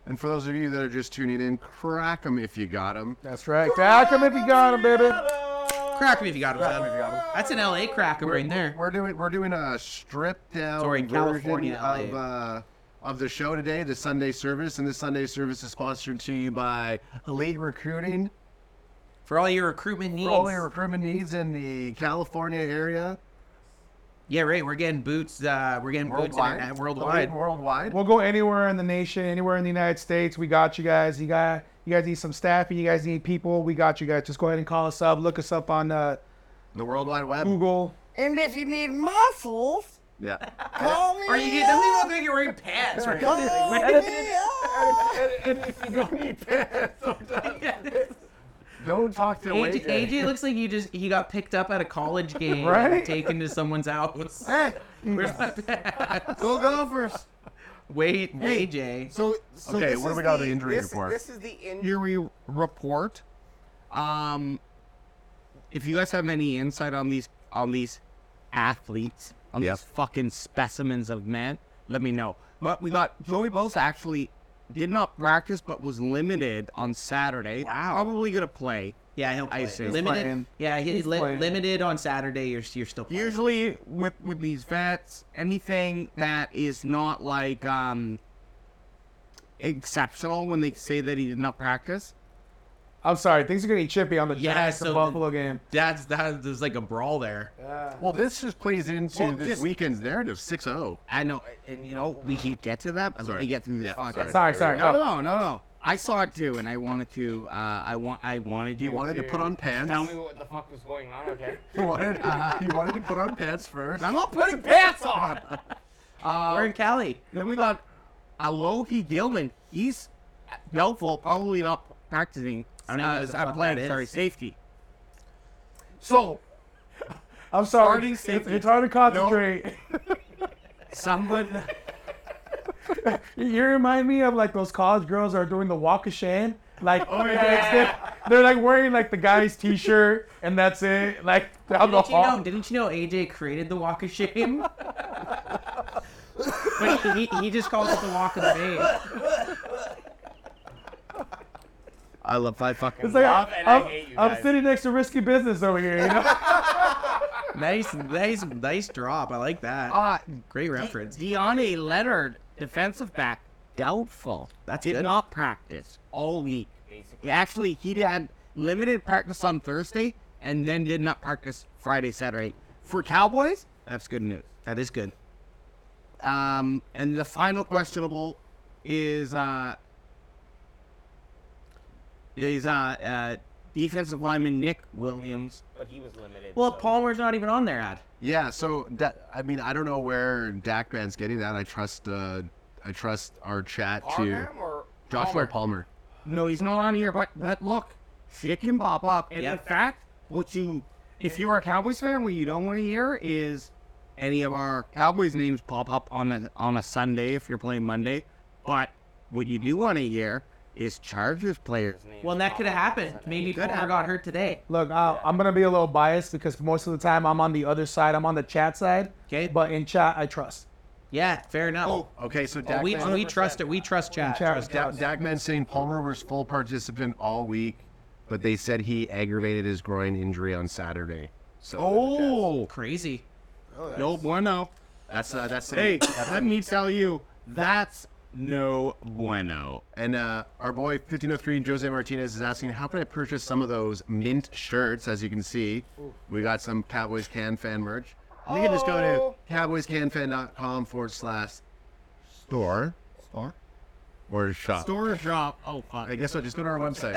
Speaker 2: And for those of you that are just tuning in, crack 'em if you got 'em.
Speaker 3: That's right. Crack 'em if you got 'em, baby.
Speaker 1: Crack me if you got him.
Speaker 2: Crack 'em if you got 'em.
Speaker 1: That's an LA cracker right there.
Speaker 2: We're doing we're doing a stripped down
Speaker 1: Sorry,
Speaker 2: version
Speaker 1: California,
Speaker 2: of uh, of the show today, the Sunday service, and this Sunday service is sponsored to you by Elite Recruiting.
Speaker 1: For all your recruitment needs.
Speaker 2: For all your recruitment needs in the California area,
Speaker 1: Yeah, right. We're getting boots. Uh, we're getting boots
Speaker 2: worldwide,
Speaker 1: internet- worldwide.
Speaker 2: Elite worldwide.
Speaker 3: We'll go anywhere in the nation, anywhere in the United States. We got you guys. You got you guys need some staffing. You guys need people. We got you guys. Just go ahead and call us up. Look us up on uh,
Speaker 2: The World Wide Web.
Speaker 3: Google.
Speaker 5: And if you need muscles,
Speaker 2: Yeah.
Speaker 5: call me.
Speaker 1: Are you? Doesn't he look like you're wearing pants? Right (laughs) now?
Speaker 2: Don't talk to
Speaker 1: AJ,
Speaker 2: AJ.
Speaker 1: AJ looks like you just he got picked up at a (laughs) college game,
Speaker 3: Right?
Speaker 1: and taken to someone's house. (laughs)
Speaker 2: Hey,
Speaker 1: Where's my pants?
Speaker 2: go Gophers.
Speaker 1: Wait, AJ.
Speaker 5: So, so
Speaker 2: Okay,
Speaker 5: this
Speaker 2: what do
Speaker 5: is
Speaker 2: we got on the injury
Speaker 5: this,
Speaker 2: report?
Speaker 5: This is the injury.
Speaker 4: Injury report. Um, if you guys have any insight on these on these athletes, on
Speaker 2: Yep.
Speaker 4: these fucking specimens of men, let me know. But we got Joey Bosa actually did not practice, but was limited on Saturday. Wow. Probably gonna play.
Speaker 1: Yeah, he'll play.
Speaker 4: I see.
Speaker 1: Limited.
Speaker 3: playing.
Speaker 1: Yeah, he,
Speaker 3: He's
Speaker 1: li-
Speaker 3: playing.
Speaker 1: limited on Saturday. You're you're still playing.
Speaker 4: usually with with these vets anything that is not like um exceptional when they say that he did not practice?
Speaker 3: I'm sorry, things are getting chippy on the
Speaker 1: Yeah,
Speaker 3: Giants and
Speaker 1: so the-
Speaker 3: Buffalo game.
Speaker 1: That's that. There's like a brawl there.
Speaker 2: Well, this just plays into
Speaker 4: Well,
Speaker 2: this
Speaker 4: just-
Speaker 2: weekend's narrative oh. 6 0.
Speaker 4: I know, and you know, we can get to that, but let
Speaker 2: Sorry.
Speaker 4: me get through this
Speaker 2: Yeah,
Speaker 4: podcast.
Speaker 3: Sorry, sorry.
Speaker 4: No,
Speaker 3: Oh,
Speaker 4: no, no, no. I saw it too, and I wanted to. Uh, I want. I wanted
Speaker 2: He wanted to put on pants.
Speaker 5: Tell me what the fuck was going on, okay?
Speaker 2: He wanted, (laughs) he wanted to put on pants first.
Speaker 4: I'm not putting Uh,
Speaker 5: Pants on!
Speaker 1: We're in Cali.
Speaker 4: Then we got Alohi Gilman. He's doubtful, probably not practicing. I don't know.
Speaker 1: Uh,
Speaker 4: Uh, I'm
Speaker 1: what
Speaker 4: playing.
Speaker 1: that is.
Speaker 4: Sorry, safety.
Speaker 5: So,
Speaker 3: (laughs) I'm sorry.
Speaker 4: starting
Speaker 3: It's,
Speaker 4: safety.
Speaker 3: it's hard to concentrate. (laughs)
Speaker 4: Someone.
Speaker 3: You- You remind me of like those college girls that are doing the walk of shame. Like,
Speaker 5: Oh,
Speaker 3: they're, they're like wearing like the guy's t-shirt and that's it. Like down the
Speaker 1: Didn't you know?
Speaker 3: hall.
Speaker 1: Didn't you know AJ created the walk of shame? (laughs) but he, he- he just calls it the walk of shame.
Speaker 4: I love I fucking.
Speaker 3: It's like
Speaker 5: Love
Speaker 3: I,
Speaker 5: and I
Speaker 3: am
Speaker 5: hate you guys.
Speaker 3: sitting next to risky business over here. You
Speaker 5: (laughs)
Speaker 3: know,
Speaker 1: Nice, nice, nice drop. I like that.
Speaker 4: uh,
Speaker 1: Great reference.
Speaker 4: Deonne Leonard, defensive back, doubtful.
Speaker 1: That's
Speaker 4: did
Speaker 1: good.
Speaker 4: not practice all week. He actually, he had limited practice on Thursday, and then did not practice Friday, Saturday. For Cowboys, that's good news.
Speaker 1: That is good.
Speaker 4: Um, and the final questionable is uh, is uh, uh, defensive lineman Nick Williams.
Speaker 5: but he was limited.
Speaker 1: Well,
Speaker 5: so-
Speaker 1: Palmer's not even on there, Ad.
Speaker 2: Yeah, so that I mean I don't know where Dak Van's getting that. I trust uh I trust our chat to
Speaker 5: Parham or
Speaker 2: Joshua Palmer.
Speaker 4: No, he's not on here. But but look, shit can pop up. And in
Speaker 1: Yep.
Speaker 4: fact, what you if you are a Cowboys fan, what you don't want to hear is any of our Cowboys names pop up on a on a Sunday if you're playing Monday. But what you do want to hear is Chargers players.
Speaker 1: Well, and that could have happened. Maybe Palmer got hurt today.
Speaker 3: look, I, I'm gonna be a little biased because most of the time I'm on the other side. I'm on the chat side.
Speaker 1: 'Kay.
Speaker 3: But in chat, I trust.
Speaker 1: Yeah, fair enough.
Speaker 2: Okay, so
Speaker 1: Oh,
Speaker 2: Dak
Speaker 1: we,
Speaker 2: Van-
Speaker 1: we trust it. We trust chat.
Speaker 3: Chat
Speaker 1: Trust-
Speaker 2: Da- Dak Van saying Palmer was full participant all week, but they said he aggravated his groin injury on Saturday. So
Speaker 4: Oh,
Speaker 1: Crazy.
Speaker 4: no bueno.
Speaker 2: that's uh, that's
Speaker 4: Hey, let me tell you, that's no bueno.
Speaker 2: And uh, our boy 1503 Jose Martinez is asking, how can I purchase some of those mint shirts? As you can see, we got some Cowboys Can fan merch. And you can just go to
Speaker 5: Oh.
Speaker 2: cowboyscanfan.com forward slash store. Store? Or shop.
Speaker 4: Store shop. Oh
Speaker 2: (laughs)
Speaker 4: fuck.
Speaker 2: I guess I'll just go to our website.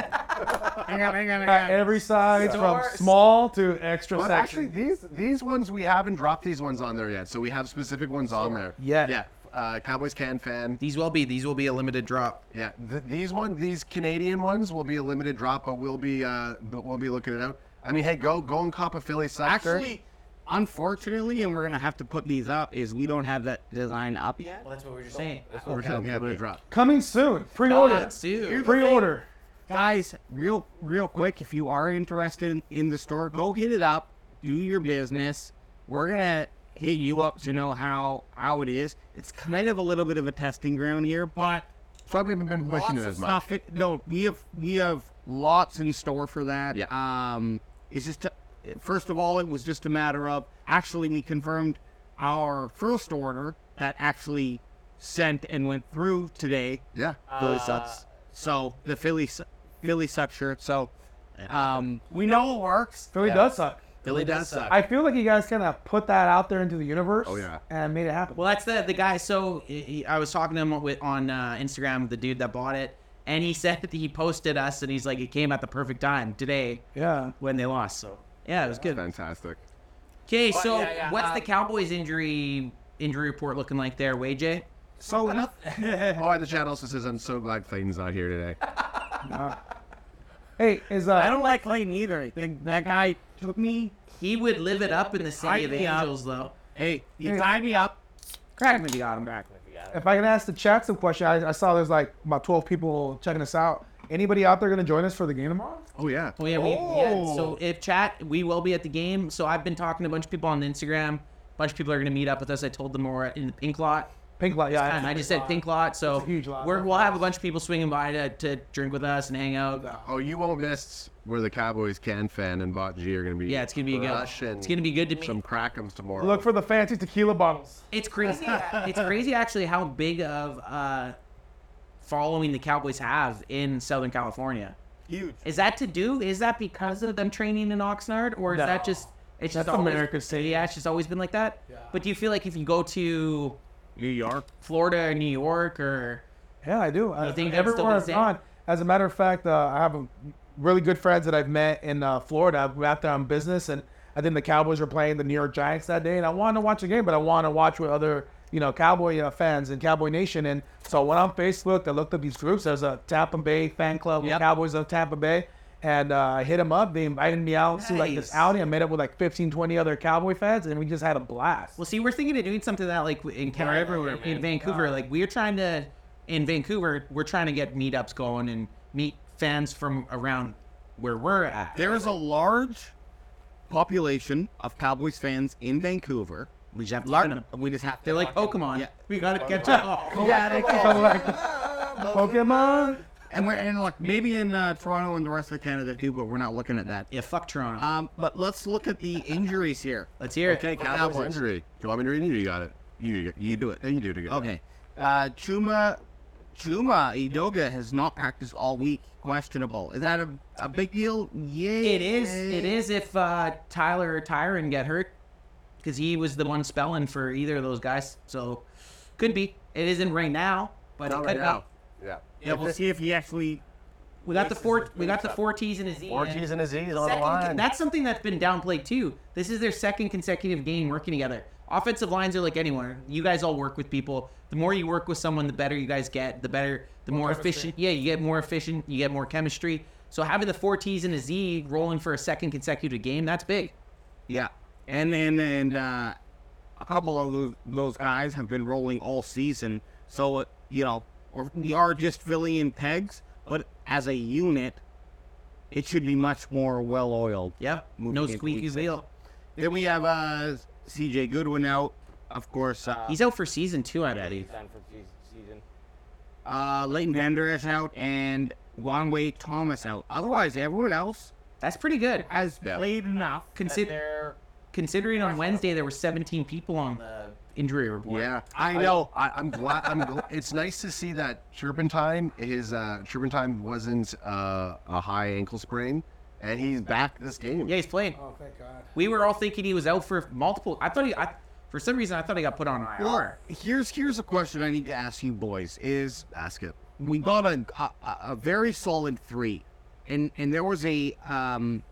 Speaker 4: Hang on, hang on,
Speaker 3: At
Speaker 4: hang on.
Speaker 3: every size, from
Speaker 5: Doors.
Speaker 3: small to extra
Speaker 2: But
Speaker 3: section.
Speaker 2: actually, these these ones we haven't dropped these ones on there yet, so we have specific ones on there.
Speaker 3: Yeah.
Speaker 2: Yeah. Uh, Cowboys Can fan.
Speaker 1: These will be. These will be a limited drop.
Speaker 2: Yeah, th- these one, these Canadian ones will be a limited drop, but we'll be, uh, but we'll be looking it out. I mean, hey, go, go and cop a Philly sector.
Speaker 4: Actually, unfortunately, and we're gonna have to put these up. Is we don't have that design up yet.
Speaker 1: Well, that's what we were just saying.
Speaker 2: we're telling you, limited drop.
Speaker 3: Coming soon. Pre-order.
Speaker 1: Not soon.
Speaker 3: Pre-order.
Speaker 4: guys real real quick if you are interested in, in the store go hit it up do your business we're gonna hit you up to know how how it is it's kind of a little bit of a testing ground here but
Speaker 2: Probably haven't been pushing
Speaker 4: lots
Speaker 2: it
Speaker 4: of
Speaker 2: as much.
Speaker 4: stuff it- no we have we have lots in store for that
Speaker 2: Yeah.
Speaker 4: um it's just a- first of all it was just a matter of actually we confirmed our first order that actually sent and went through today
Speaker 2: Yeah.
Speaker 1: Uh,
Speaker 4: Philly sucks. So the Philly Su- Philly suck shirt. So um, we know it works.
Speaker 3: Philly does suck.
Speaker 1: Billy does suck.
Speaker 3: I feel like you guys kind of put that out there into the universe.
Speaker 2: Oh, yeah.
Speaker 3: And made it happen.
Speaker 1: Well, that's the the guy. So he, he- I was talking to him with, on uh, Instagram, the dude that bought it, and he (laughs) said that he posted us, and he's like, it came at the perfect time today
Speaker 3: yeah.
Speaker 1: when they lost. So yeah, it was good.
Speaker 2: Fantastic.
Speaker 1: Okay, so
Speaker 5: yeah, yeah,
Speaker 1: what's
Speaker 5: um,
Speaker 1: the Cowboys injury injury report looking like there, Way J? (laughs)
Speaker 4: So enough.
Speaker 2: Oh, and the chat also says, I'm so glad Clayton's not
Speaker 1: (laughs)
Speaker 2: here today.
Speaker 3: Hey, is uh,
Speaker 4: I don't like Clayton either. I think that guy took me.
Speaker 1: He would live it up in the city of
Speaker 4: I- yeah.
Speaker 1: angels, though.
Speaker 4: Hey, he tied me up.
Speaker 1: Crack maybe got him back.
Speaker 3: if I can ask the chat some question, I, I saw there's like about 12 people checking us out. Anybody out there gonna join us for the game tomorrow?
Speaker 2: Oh yeah.
Speaker 1: Oh yeah, we, yeah. So if chat, we will be at the game. So I've been talking to a bunch of people on Instagram. A bunch of people are gonna meet up with us. I told them we're in the pink lot.
Speaker 3: Pink light, yeah.
Speaker 1: And I just said pink lot. So
Speaker 3: It's a huge lot.
Speaker 1: We're, we'll have a bunch of people swinging by to, to drink with us and hang out.
Speaker 2: Oh, you won't miss where the Cowboys Can fan and Bot G are gonna be.
Speaker 1: Yeah, it's gonna be good.
Speaker 2: crushing
Speaker 1: It's gonna be good to meet.
Speaker 2: some crackums tomorrow.
Speaker 3: Look for the fancy tequila bottles.
Speaker 1: It's crazy. it's crazy actually how big of uh, following the Cowboys have in Southern California.
Speaker 5: Huge.
Speaker 1: Is that to do? Is that because of them training in Oxnard, or is
Speaker 3: No.
Speaker 1: that just it's
Speaker 3: That's
Speaker 1: just always-
Speaker 3: America's city.
Speaker 1: Yeah, it's just always been like that. But do you feel like if you go to
Speaker 4: New York.
Speaker 1: Florida or New York or
Speaker 3: Yeah, I do. I
Speaker 1: You
Speaker 3: think
Speaker 1: think that's still
Speaker 3: everywhere
Speaker 1: the
Speaker 3: I've
Speaker 1: same?
Speaker 3: gone. As a matter of fact, uh, I have a really good friends that I've met in uh, Florida. I've been out there on business, and I think the Cowboys were playing the New York Giants that day, and I wanted to watch a game, but I wanted to watch with other, you know, Cowboy uh, fans and Cowboy Nation. And so I went on Facebook. I looked up these groups. There's a Tampa Bay fan club,
Speaker 1: Yep.
Speaker 3: Cowboys of Tampa Bay. And uh, I hit them up. They invited me out to like this
Speaker 1: Nice.
Speaker 3: outing. I met up with like 15, 20 other Cowboy fans, and we just had a blast. (laughs)
Speaker 1: Well, see, we're thinking of doing something that like in Canada,
Speaker 5: Yeah,
Speaker 1: everywhere
Speaker 5: man.
Speaker 1: in Vancouver. Like we're trying to in Vancouver, we're trying to get meetups going and meet fans from around where we're at.
Speaker 4: There is a large population of Cowboys fans in Vancouver.
Speaker 1: we just have to
Speaker 4: Lar-
Speaker 1: find 'em.
Speaker 4: we just have
Speaker 1: They're
Speaker 4: to
Speaker 1: like Pokemon.
Speaker 4: Yeah.
Speaker 1: We gotta catch them all.
Speaker 4: yeah, they
Speaker 3: So, like, Pokemon.
Speaker 4: and we're and like maybe in uh, Toronto and the rest of Canada too, but we're not looking at that.
Speaker 1: Yeah, fuck Toronto.
Speaker 4: Um, but let's look at the injuries here.
Speaker 1: Let's hear
Speaker 2: Okay,
Speaker 1: it.
Speaker 2: Cowboys
Speaker 4: Cowboys.
Speaker 2: injury. Do you want me to read it? Or you got it. You you do it. You do it again.
Speaker 4: Okay. Uh, Chuma Chuma Idoga has not practiced all week. Questionable. Is that a, a big deal? Yay.
Speaker 1: It is. It is if uh, Tyler or Tyron get hurt, because he was the one spelling for either of those guys. So could be. It isn't right now, but it
Speaker 2: Not
Speaker 1: could
Speaker 2: right
Speaker 1: be.
Speaker 2: now. Yeah.
Speaker 4: Yeah, we'll see if he actually
Speaker 1: We got the four. We got the four T's and a Z.
Speaker 6: Four
Speaker 1: man.
Speaker 6: T's and a Z's on the
Speaker 1: Second-
Speaker 6: line.
Speaker 1: That's something that's been downplayed too. This is their second consecutive game working together. Offensive lines are like anyone. You guys all work with people. The more you work with someone, the better you guys get. The better, the more, efficient. Yeah, you get more efficient. You get more chemistry. So having the four T's and a Z rolling for a second consecutive game, that's big.
Speaker 4: Yeah, and and and uh, a couple of those, those guys have been rolling all season, so uh, you know or we are just filling in pegs, but as a unit, it should be much more well oiled.
Speaker 1: Yeah,
Speaker 4: Moving
Speaker 1: no
Speaker 4: into
Speaker 1: squeaky
Speaker 4: week six.
Speaker 1: wheel.
Speaker 4: Then we have uh, C.J. Goodwin out, of course. Uh,
Speaker 1: He's out for season two, I believe.
Speaker 5: Done for se- season.
Speaker 4: uh, Leighton Vander Esch out and Wangwei Thomas out. Otherwise, everyone else
Speaker 1: That's pretty good.
Speaker 4: has
Speaker 2: Yeah.
Speaker 4: played enough.
Speaker 5: Sit
Speaker 1: Consider,
Speaker 5: there.
Speaker 1: considering on Wednesday there were 17 people on the injury report.
Speaker 2: Yeah.
Speaker 4: I know.
Speaker 2: (laughs) I, I'm glad. I'm. Gl- it's nice to see that Turpentine is. Uh, Turpentine wasn't uh, a high ankle sprain, and he's back this game.
Speaker 1: Yeah, he's playing.
Speaker 3: Oh, thank God.
Speaker 1: We were all thinking he was out for multiple. I thought he, I, for some reason, I thought he got put on IR.
Speaker 4: Well, here's here's a question I need to ask you boys: Is
Speaker 2: Ask it.
Speaker 4: we got a, a a very solid three, and and there was a um.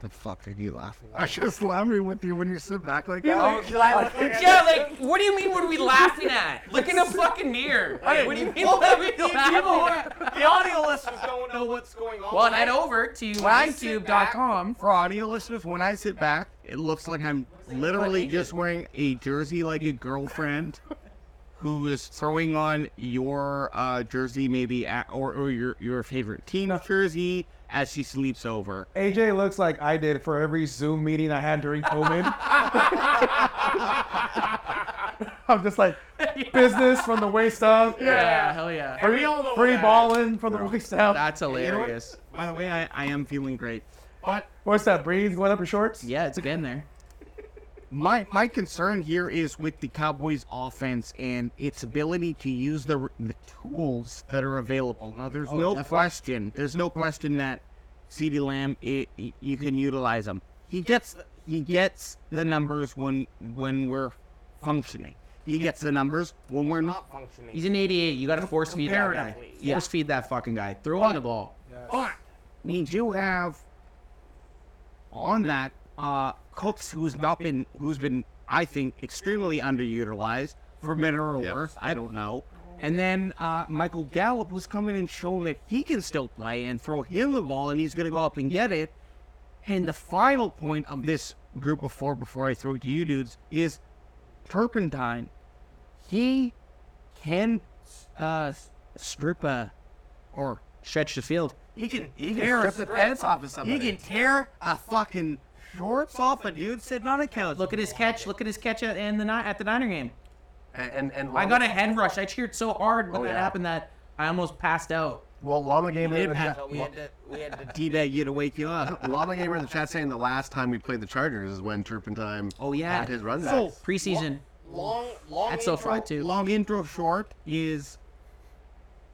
Speaker 4: The fuck are you laughing?
Speaker 2: I just laughing with you when you sit back like
Speaker 5: Oh, glad-
Speaker 1: yeah, like, what do you mean? What are we laughing at? Look in the fucking mirror. Like, what do you mean? What are we laughing at?
Speaker 5: The audio listeners don't know what's going on.
Speaker 1: Well, head over to
Speaker 4: I sit back-
Speaker 1: YouTube.com.
Speaker 4: For audio listeners, when I sit back, it looks like I'm literally just wearing a jersey like a
Speaker 5: (laughs)
Speaker 4: girlfriend who is throwing on your uh, jersey, maybe at, or, or your your favorite team jersey as she sleeps over.
Speaker 3: AJ looks like I did for every Zoom meeting I had during COVID. (laughs) I'm just like business from the waist up,
Speaker 1: Yeah, hell yeah.
Speaker 5: We all know
Speaker 3: free
Speaker 5: that.
Speaker 3: balling from the waist up.
Speaker 1: That's hilarious.
Speaker 4: By the way, I, I am feeling great.
Speaker 3: What's that? Breeze going up your shorts?
Speaker 1: Yeah, it's been there.
Speaker 4: My my concern here is with the Cowboys' offense and its ability to use the the tools that are available. Now, there's no question. There's no question that CeeDee Lamb i i- you can utilize him. He gets he gets the numbers when when we're functioning. He gets the numbers when we're not.
Speaker 5: Not functioning.
Speaker 1: He's an 88. You gotta force feed that guy.
Speaker 5: Comparatively,
Speaker 1: Yeah. Force feed that fucking guy. Throw on the ball.
Speaker 4: But we do have on that uh, Cooks, who's not been, who's been, I think, extremely underutilized for better or
Speaker 2: Yeah.
Speaker 4: worse. I don't know. And then uh, Michael Gallup was coming and showing that he can still play and throw him the ball, and he's going to go up and get it. And the final point of this group of four, before I throw it to you dudes, is Turpentine. He can uh, strip a or
Speaker 1: Stretch the field.
Speaker 4: he can he can tear the pants off of somebody. He can tear a fucking shorts off a dude sitting on a couch.
Speaker 1: Look at his catch. Look at his catch at, in the, ni- at the Niner game.
Speaker 2: And and, and
Speaker 1: I got a head rush. I cheered so hard when
Speaker 2: Oh,
Speaker 1: that
Speaker 2: yeah.
Speaker 1: happened that I almost passed out.
Speaker 2: well Llama Gamer. in the chat-
Speaker 5: So we had to. We had to.
Speaker 4: D-bag you to wake you up.
Speaker 2: Llama Gamer in the chat saying the last time we played the Chargers is when Turpentine.
Speaker 1: Oh, yeah.
Speaker 2: had his run back.
Speaker 4: So
Speaker 1: Preseason.
Speaker 5: Long, long.
Speaker 1: That's so
Speaker 5: intro.
Speaker 1: far too.
Speaker 4: long intro short is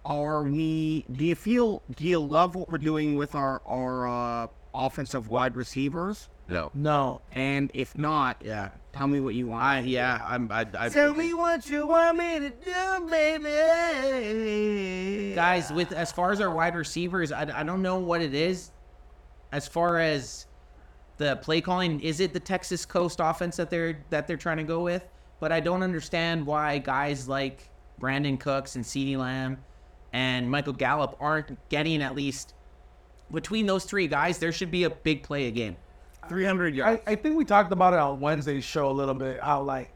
Speaker 4: are we? Do you feel? Do you love what we're doing with our our uh, offensive wide receivers?
Speaker 2: No.
Speaker 3: No.
Speaker 4: And if not,
Speaker 2: Yeah.
Speaker 4: tell me what you want.
Speaker 2: I yeah. I'm. I. I
Speaker 4: what you want me to do, baby.
Speaker 1: guys with as far as our wide receivers I, I don't know what it is as far as the play calling is it the texas coast offense that they're that they're trying to go with but i don't understand why guys like brandon cooks and CeeDee lamb and michael gallup aren't getting at least between those three guys there should be a big play a game
Speaker 4: 300 yards.
Speaker 3: I, I think we talked about it on Wednesday's show a little bit. How like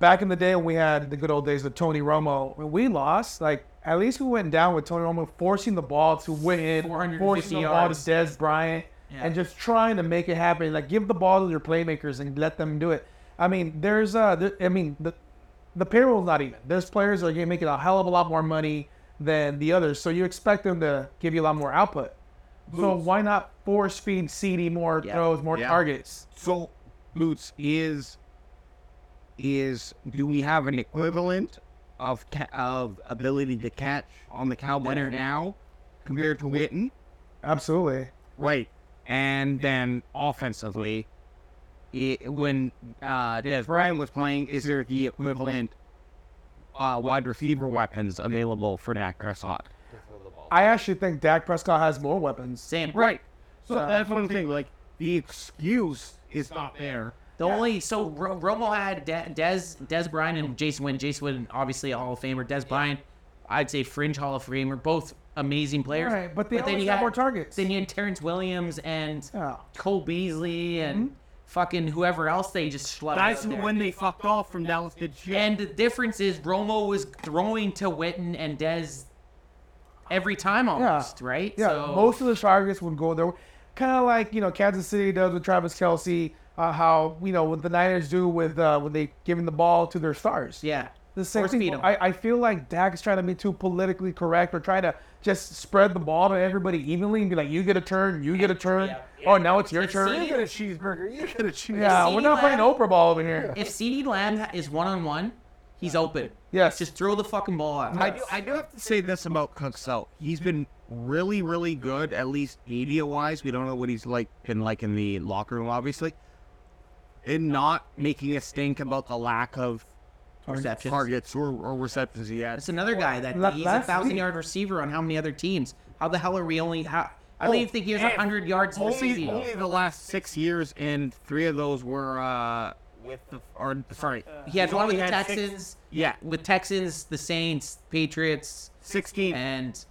Speaker 3: back in the day when we had the good old days with Tony Romo, when we lost, like at least we went down with Tony Romo forcing the ball to win,
Speaker 1: 450
Speaker 3: forcing the ball to
Speaker 1: yards.
Speaker 3: Des Bryant,
Speaker 1: Yeah.
Speaker 3: and just trying to make it happen. Like give the ball to your playmakers and let them do it. I mean, there's uh, there, I mean the the payroll's not even. There's players that are getting- making a hell of a lot more money than the others, so you expect them to give you a lot more output. So why not force feed CD more
Speaker 1: Yeah.
Speaker 3: throws, more
Speaker 2: Yeah.
Speaker 3: targets?
Speaker 4: So, Boots is is do we have an equivalent of ca- of ability to catch on the Cowboys now compared to Witten?
Speaker 3: Absolutely.
Speaker 4: Right. And then offensively, i when uh, Des Bryant was playing, is there the equivalent uh, wide receiver weapons available for Dak Prescott?
Speaker 3: I actually think Dak Prescott has more weapons.
Speaker 1: same
Speaker 4: Right. So that's one thing. Like the excuse is not there.
Speaker 1: The only so Ro- Romo had De- Des Des Bryant and Jason Wynn. Jason Wynn, obviously a Hall of Famer. Des Bryant, I'd say fringe Hall of Famer. Both amazing players.
Speaker 3: Right, but they always got more targets. Oh.
Speaker 1: Then you had Terrence Williams and
Speaker 3: Yeah.
Speaker 1: Cole Beasley and
Speaker 3: Mm-hmm.
Speaker 1: fucking whoever else they just schlepped out there.
Speaker 4: they fucked off from Dallas did shit.
Speaker 1: And the difference is Romo was throwing to Witten and Des every time almost, right?
Speaker 3: Yeah,
Speaker 1: so,
Speaker 3: most of the targets would go there. Kind of like you know Kansas City does with Travis Kelsey, uh, how you know what the Niners do with uh, when they giving the ball to their stars.
Speaker 1: yeah.
Speaker 3: The same
Speaker 1: Force
Speaker 3: thing.
Speaker 1: feed 'em.
Speaker 3: I, I feel like Dak is trying to be too politically correct or trying to just spread the ball to everybody evenly and be like, you get a turn, you get a turn.
Speaker 1: Yeah.
Speaker 3: Oh, now it's your
Speaker 1: It's
Speaker 3: turn.
Speaker 1: silly. You get a
Speaker 3: cheeseburger. You
Speaker 2: Could have cheated.
Speaker 3: yeah,
Speaker 1: It's
Speaker 3: we're not
Speaker 1: silly,
Speaker 3: playing Oprah ball over here.
Speaker 1: if CD Lamb ha- is one on one, he's open.
Speaker 3: Yes.
Speaker 1: Just throw the fucking ball out.
Speaker 4: I do, I do have to say this about Cooks though. He's been really, really good, at least media wise. We don't know what he's like been like in the locker room, obviously. In not making a stink about the lack of
Speaker 1: Receptions.
Speaker 4: targets or, or receptions he has.
Speaker 1: That's another guy that
Speaker 3: La-
Speaker 1: he's a
Speaker 3: last
Speaker 1: thousand
Speaker 3: week-
Speaker 1: yard receiver on how many other teams? How the hell are we only? How, I don't even think he has a
Speaker 4: man.
Speaker 1: hundred yards per
Speaker 4: Oh, Only,
Speaker 1: season.
Speaker 4: only the last six years, and three of those were uh,
Speaker 5: With the
Speaker 4: or sorry,
Speaker 1: he had one with
Speaker 4: only
Speaker 1: the
Speaker 4: had six-
Speaker 1: Texans,
Speaker 4: yeah,
Speaker 1: with Texans, the Saints, Patriots,
Speaker 4: sixteen,
Speaker 1: and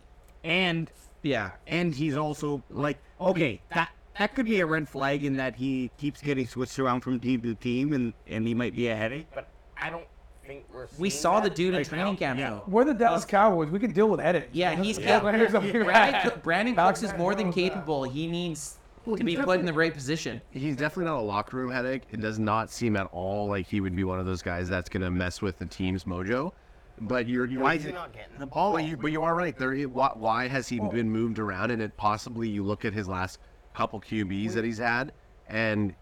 Speaker 4: and
Speaker 1: yeah,
Speaker 4: and he's also like okay that that could be a red flag in that he keeps getting switched around from team to team and and he might be a headache
Speaker 5: but I don't think we're.
Speaker 1: we
Speaker 5: seeing
Speaker 1: saw the
Speaker 5: that.
Speaker 1: dude in
Speaker 4: Like,
Speaker 1: training camp
Speaker 4: yeah.
Speaker 1: though.
Speaker 3: We're the Dallas Cowboys. We can deal with edit.
Speaker 1: Uh,
Speaker 3: (laughs)
Speaker 1: Yeah, he's
Speaker 3: Brandon,
Speaker 1: Brandon,
Speaker 4: (laughs)
Speaker 1: Cook- Brandon Cox is more
Speaker 4: uh,
Speaker 1: than capable. He needs to be put in the right position.
Speaker 2: He's definitely not a locker room headache. It does not seem at all like he would be one of those guys that's going to mess with the team's mojo. But you're, you're
Speaker 5: Why is he not getting the
Speaker 2: Paul, but you, but you are right. There, i- why, why has he been moved around? And it possibly you look at his last couple QBs that he's had, and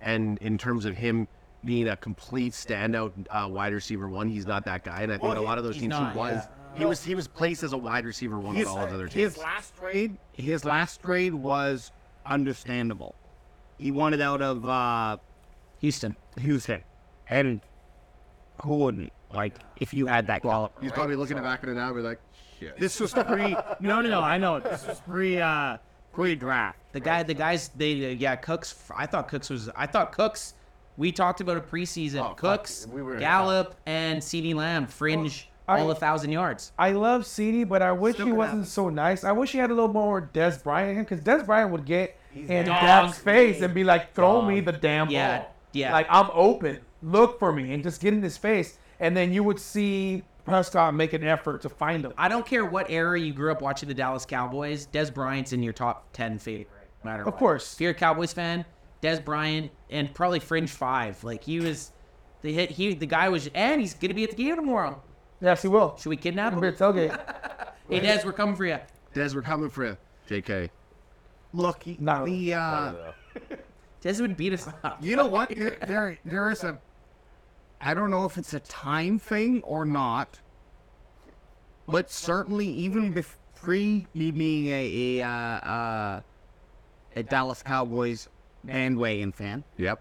Speaker 2: and in terms of him being a complete standout uh, wide receiver one, he's not that guy. And I think a lot of those teams
Speaker 1: not,
Speaker 2: he was he was he was placed as a wide receiver one with all his other teams.
Speaker 4: his last trade his last trade was understandable he wanted out of uh
Speaker 1: Houston.
Speaker 4: houston and who wouldn't like if you had that caliber
Speaker 2: He's probably looking back at it now and be like, shit.
Speaker 4: this was pre no no no i know this was pre uh pre draft
Speaker 1: The guy, the guys, they uh, yeah, Cooks. I thought Cooks was. I thought Cooks. We talked about a preseason.
Speaker 2: Oh, fuck,
Speaker 1: Cooks,
Speaker 2: we were-
Speaker 1: Gallup, and Ceedee Lamb fringe
Speaker 3: I-
Speaker 1: all a thousand yards.
Speaker 3: I love CD, but I wish he
Speaker 4: could
Speaker 3: wasn't so nice. I wish he had a little more Des Bryant in him because Des Bryant would get in
Speaker 1: dog.
Speaker 3: Dak's face and be like, throw me the damn
Speaker 1: Yeah,
Speaker 3: ball.
Speaker 1: yeah.
Speaker 3: Like, I'm open. Look for me and just get in his face. And then you would see Prescott make an effort to find him.
Speaker 1: I don't care what era you grew up watching the Dallas Cowboys. Des Bryant's in your top ten favorite, no matter.
Speaker 3: Of
Speaker 1: what.
Speaker 3: course.
Speaker 1: If you're a Cowboys fan, Des Bryant and probably fringe five. Like he was, the hit. He the guy was, and he's gonna be at the game tomorrow.
Speaker 3: Yes, he will.
Speaker 1: Should we kidnap
Speaker 3: It'll be a (laughs)
Speaker 1: him?
Speaker 3: tailgate.
Speaker 1: Hey Des, we're coming for you.
Speaker 2: Des, we're coming for you. JK.
Speaker 4: look he-
Speaker 3: No.
Speaker 4: the uh
Speaker 1: Des would beat us up.
Speaker 4: You know what? There, there, there is a. I don't know if it's a time thing or not, but certainly even bef- pre me being a a, uh, uh, a Dallas Cowboys bandwagon fan,
Speaker 2: Yep.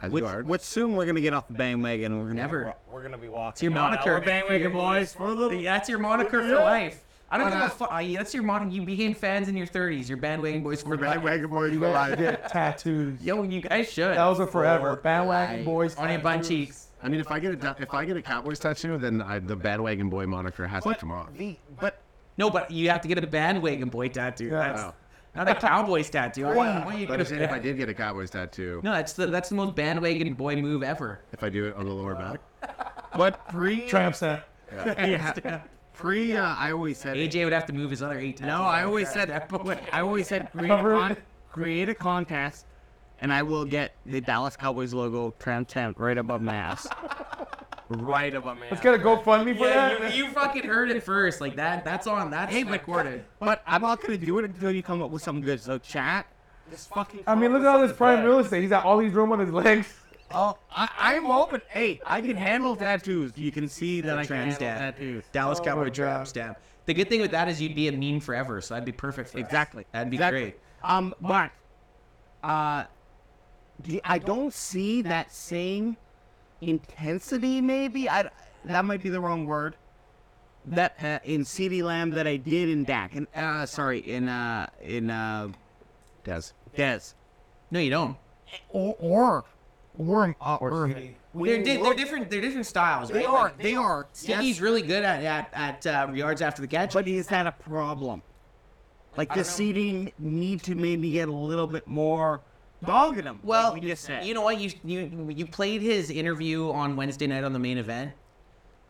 Speaker 2: As
Speaker 4: which,
Speaker 2: you are.
Speaker 4: which soon we're gonna get off the bandwagon. We're gonna
Speaker 1: Never.
Speaker 5: We're gonna be walking.
Speaker 1: your
Speaker 5: on
Speaker 1: moniker.
Speaker 5: our bandwagon boys. For the
Speaker 1: That's your moniker for life. I don't give a fuck. That's your moniker. You became fans in your 30s. Your bandwagon boys for life.
Speaker 2: Bandwagon boy, you
Speaker 3: I
Speaker 2: alive.
Speaker 3: get tattoos.
Speaker 1: Yo, you guys should.
Speaker 3: That was a forever. Bandwagon boys.
Speaker 1: on your butt cheeks.
Speaker 2: (laughs) I mean, if I get a da- if I get a Cowboys tattoo, then I, the bandwagon boy moniker has to come on.
Speaker 4: The, but
Speaker 1: No, but you have to get a bandwagon boy tattoo. That's not a Cowboys tattoo. I don't know why you get
Speaker 2: But I'm
Speaker 1: a
Speaker 2: saying if I did get a Cowboys tattoo,
Speaker 1: No, that's the that's the most bandwagon boy move ever.
Speaker 2: if I do it on the lower back,
Speaker 4: but pre
Speaker 3: Tramp stamp.
Speaker 1: (laughs)
Speaker 4: pre uh, I always said
Speaker 1: AJ would have to move his other eight.
Speaker 4: No, I always said that. But what I always said create a,
Speaker 3: Cover.
Speaker 4: con- create a contest, and I will get the Dallas Cowboys logo transparent right above my ass.
Speaker 5: right of a man.
Speaker 3: Let's get a GoFundMe for
Speaker 1: Yeah,
Speaker 3: that.
Speaker 1: you, you fucking heard it first. Like that. That's on. That's hey, recorded.
Speaker 4: But I'm not gonna do it until you come up with something good. So chat.
Speaker 5: This fucking.
Speaker 3: I mean, look at all this prime real estate. He's got all these room on his legs.
Speaker 4: Oh, I, I'm open. Hey, I can handle tattoos. You can see that I can handle
Speaker 1: Trans dad.
Speaker 4: tattoos.
Speaker 1: Dallas
Speaker 3: Oh
Speaker 1: Cowboy
Speaker 3: my
Speaker 1: trap
Speaker 3: God.
Speaker 1: stamp. The good thing with that is you'd be a meme forever, so that'd be perfect. For us.
Speaker 4: Exactly.
Speaker 1: That'd be
Speaker 4: Exactly.
Speaker 1: great.
Speaker 4: Um, but uh, the, I don't see that same intensity. Maybe I that might be the wrong word. That uh, in CD Lamb that I did in Dak and uh, sorry in uh in uh
Speaker 2: does.
Speaker 4: Des
Speaker 1: No, you don't.
Speaker 4: or or or, uh, or
Speaker 1: They're, di- they're different. They're different styles.
Speaker 4: They
Speaker 1: right?
Speaker 4: are
Speaker 1: Like,
Speaker 4: they are
Speaker 1: Sticky's
Speaker 4: yes,
Speaker 1: really good at at, at uh, yards after the catch.
Speaker 4: but is that a problem? Like the CD need to maybe get a little bit more dog in them. like
Speaker 1: Well,
Speaker 4: we just said.
Speaker 1: you know what? You you you played his interview on Wednesday night on the main event,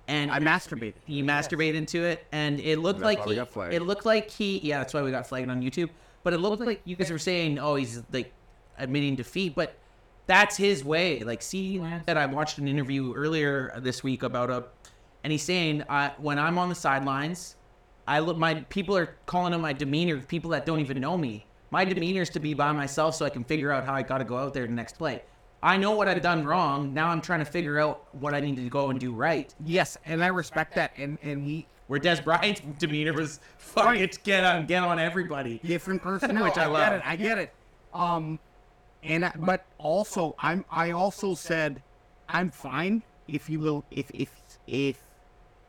Speaker 1: and
Speaker 4: I masturbated.
Speaker 1: you masturbate into it, and it looked
Speaker 2: That's
Speaker 1: like
Speaker 2: why we
Speaker 1: he,
Speaker 2: got flagged.
Speaker 1: it looked like he. Yeah, that's why we got flagged on YouTube. But it looked like you guys were saying, "Oh, he's like admitting defeat," but that's his way. Like, see that I watched an interview earlier this week about a, and he's saying, I, "When I'm on the sidelines, I look. My people are calling on my demeanor. People that don't even know me. My demeanor is to be by myself, so I can figure out how I got to go out there the next play." I know what I've done wrong. Now I'm trying to figure out what I need to go and do right.
Speaker 4: Yes, and I respect that. And and he
Speaker 1: Where Des Bryant's (laughs) demeanor was fuck it, get on, get on everybody.
Speaker 4: different person,
Speaker 1: Which I love.
Speaker 4: Get it, I get it. Um, and I, but also I'm I also said I'm fine if you will if if if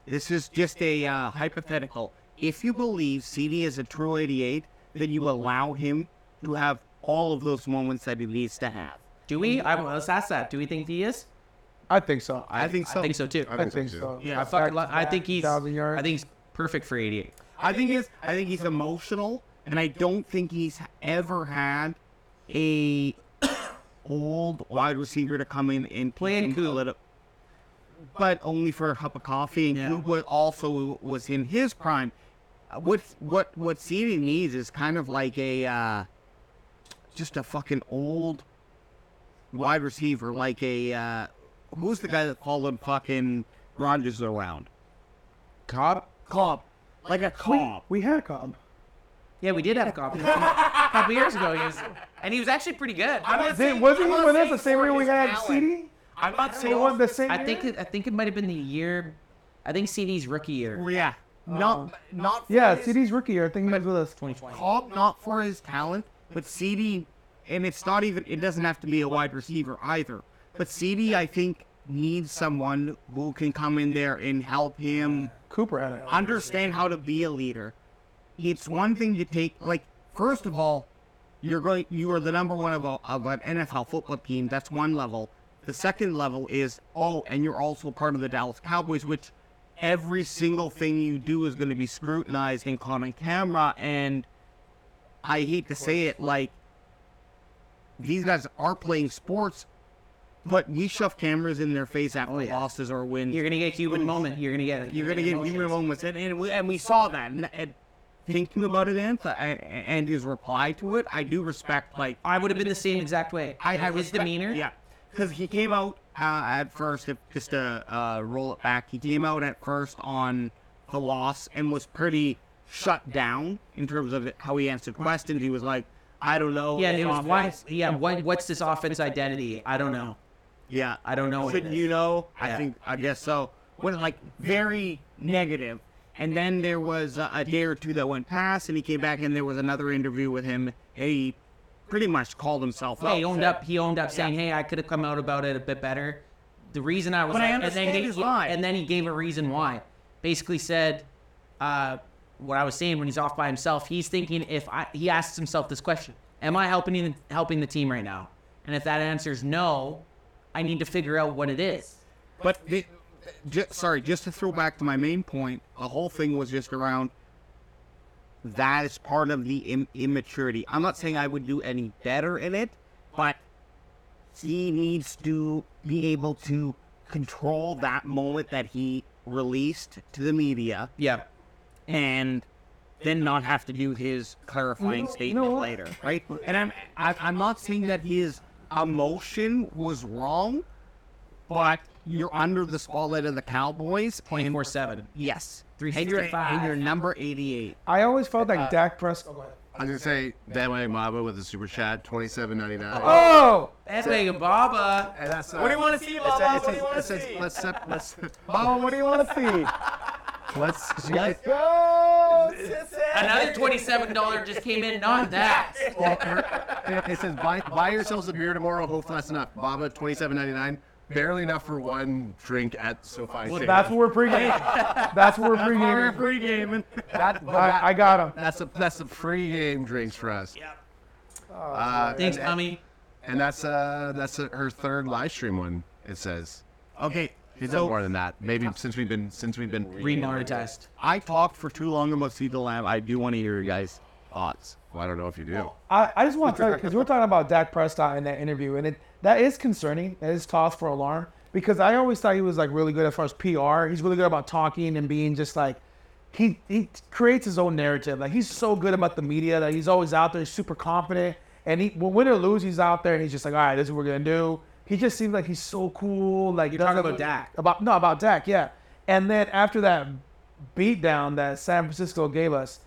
Speaker 4: this is just a uh, hypothetical. If you believe CD is a true 88, then you allow him to have all of those moments that he needs to have.
Speaker 1: Do we? I, let's ask that. Do we think he is?
Speaker 3: I think so.
Speaker 2: I think so.
Speaker 1: I think so too. I,
Speaker 3: I think so.
Speaker 4: Yeah.
Speaker 3: Back
Speaker 1: fucking
Speaker 3: to
Speaker 1: lo- I
Speaker 3: back,
Speaker 1: think he's.
Speaker 3: 1,000 yards.
Speaker 1: I think he's perfect for 88.
Speaker 4: I think he's I think he's emotional, and I don't think he's ever had a old wide receiver to come in and
Speaker 1: Play it
Speaker 4: him
Speaker 1: cool.
Speaker 4: a little- but only for a cup of coffee. And
Speaker 1: Yeah.
Speaker 4: who wa- also was in his prime. Uh, What what what CD needs is kind of like a uh, just a fucking old wide receiver, like a uh, who's the guy that followed fucking Rogers around?
Speaker 3: Cobb.
Speaker 4: Cobb, like a Cobb.
Speaker 3: We had Cobb.
Speaker 1: Yeah, we did have a copy a couple years ago. He was, and he was actually pretty good. I,
Speaker 5: not
Speaker 3: Then,
Speaker 5: saying-
Speaker 3: wasn't
Speaker 5: I'm
Speaker 3: he
Speaker 5: not
Speaker 3: with us
Speaker 5: saying
Speaker 3: the same
Speaker 5: for
Speaker 3: way we
Speaker 5: his
Speaker 3: had
Speaker 5: talent.
Speaker 3: CD?
Speaker 5: I'm not
Speaker 3: It
Speaker 5: saying
Speaker 3: was the same. year?
Speaker 1: think it- I think it might have been the year. I think CD's rookie year.
Speaker 4: Yeah. Not not for
Speaker 3: Yeah,
Speaker 4: his
Speaker 3: CD's rookie year. I think he was with us.
Speaker 1: 2020.
Speaker 4: Cobb, not for his talent, but CD and it's not even it doesn't have to be a wide receiver either. But CD I think needs someone who can come in there and help him
Speaker 3: Cooper had it.
Speaker 4: understand how to be a leader. It's one thing to take like first of all, you're going you are the number one of, a, of an NFL football team. That's one level. The second level is oh, and you're also part of the Dallas Cowboys, which every single thing you do is going to be scrutinized and caught on camera. And I hate to say it, like these guys are playing sports, but we shove cameras in their face after losses or wins.
Speaker 1: Oh, You're gonna get human moment. You're gonna get.
Speaker 4: You're gonna get human moments, and and we, and we saw that. And, and thinking about it, and, and his reply to it, I do respect. Like
Speaker 1: I would have been the same exact way.
Speaker 4: I have
Speaker 1: his demeanor.
Speaker 4: Yeah, because he came out uh, at first. If just to uh, roll it back, he came out at first on the loss and was pretty shut down in terms of how he answered questions. He was like, "I don't know."
Speaker 1: Yeah, it was
Speaker 4: Um,
Speaker 1: why. Yeah, what, what's this offense identity? I don't know.
Speaker 4: Yeah,
Speaker 1: I don't know what it
Speaker 4: Shouldn't
Speaker 1: is.
Speaker 4: you know? I
Speaker 1: Yeah.
Speaker 4: think I guess so. When like very negative, And then there was a, a day or two that went past, and he came back, and there was another interview with him. and He pretty much called himself
Speaker 1: Hey,
Speaker 4: out.
Speaker 1: he owned up. He owned up, saying, "Hey, I could have come out about it a bit better." The reason I was,
Speaker 4: But I
Speaker 1: and then
Speaker 4: understand
Speaker 1: he-
Speaker 4: his lie.
Speaker 1: And then he gave a reason why. Basically said, uh, what I was saying when he's off by himself. He's thinking if I, he asks himself this question: Am I helping helping the team right now? And if that answer is no, I need to figure out what it is.
Speaker 4: But the, ju- sorry, just to throw back to my main point, the whole thing was just around that is part of the Im- immaturity. I'm not saying I would do any better in it, but he needs to be able to control that moment that he released to the media
Speaker 1: Yeah.
Speaker 4: and then not have to do his clarifying statement later, right? And I'm I, I'm not saying that his emotion was wrong, but you're under the spotlight of the Cowboys.
Speaker 1: Twenty
Speaker 4: and-
Speaker 1: four seven.
Speaker 4: Yes, and you're, and you're
Speaker 1: 365.
Speaker 4: number 88.
Speaker 3: I always felt
Speaker 1: Uh,
Speaker 3: like Dak Prescott.
Speaker 2: I was gonna say Dan Maba with a super chat, twenty seven ninety nine.
Speaker 3: Oh,
Speaker 1: That's like Baba.
Speaker 2: And that's, uh,
Speaker 5: What do you want to see,
Speaker 2: It
Speaker 5: Baba?
Speaker 2: says,
Speaker 5: What do you want to
Speaker 2: it says,
Speaker 5: see?
Speaker 2: let's sep- let's
Speaker 3: Mama, what do you want to see?
Speaker 2: let's
Speaker 3: Go.
Speaker 1: Another twenty-seven dollar just came in. Not that.
Speaker 2: it says buy buy yourselves a beer tomorrow. Hopefully that's enough. Baba twenty seven ninety nine, barely enough for one drink at SoFi. Stadium.
Speaker 3: That's what we're
Speaker 1: (laughs)
Speaker 3: pregaming. That's what we're pregaming.
Speaker 5: Free gaming.
Speaker 2: That-
Speaker 3: I, I got him.
Speaker 2: That's a that's a pre-game drinks for us. Yep. Uh,
Speaker 1: Thanks,
Speaker 2: and,
Speaker 1: Tommy.
Speaker 2: and that's uh that's uh her third live stream one. It says
Speaker 4: Okay,
Speaker 2: she's done
Speaker 4: so
Speaker 2: more than that. Maybe since we've been since we've been
Speaker 1: Remonetized.
Speaker 4: I talked for too long about Cedar Lamb. I do want to hear your guys' thoughts.
Speaker 2: Well, I don't know if you do.
Speaker 3: I, I just want to tell you because we're talking about Dak Prescott in that interview, and it that is concerning. That is cause for alarm because I always thought he was like really good as far as PR. He's really good about talking and being just like he he creates his own narrative. Like he's so good about the media that he's always out there. He's super confident, and he when win or lose, he's out there and he's just like, all right, this is what we're gonna do. He just seems like he's so cool. Like you're
Speaker 1: talking about Dak.
Speaker 3: About no, about Dak, yeah. And then after that beatdown that San Francisco gave us,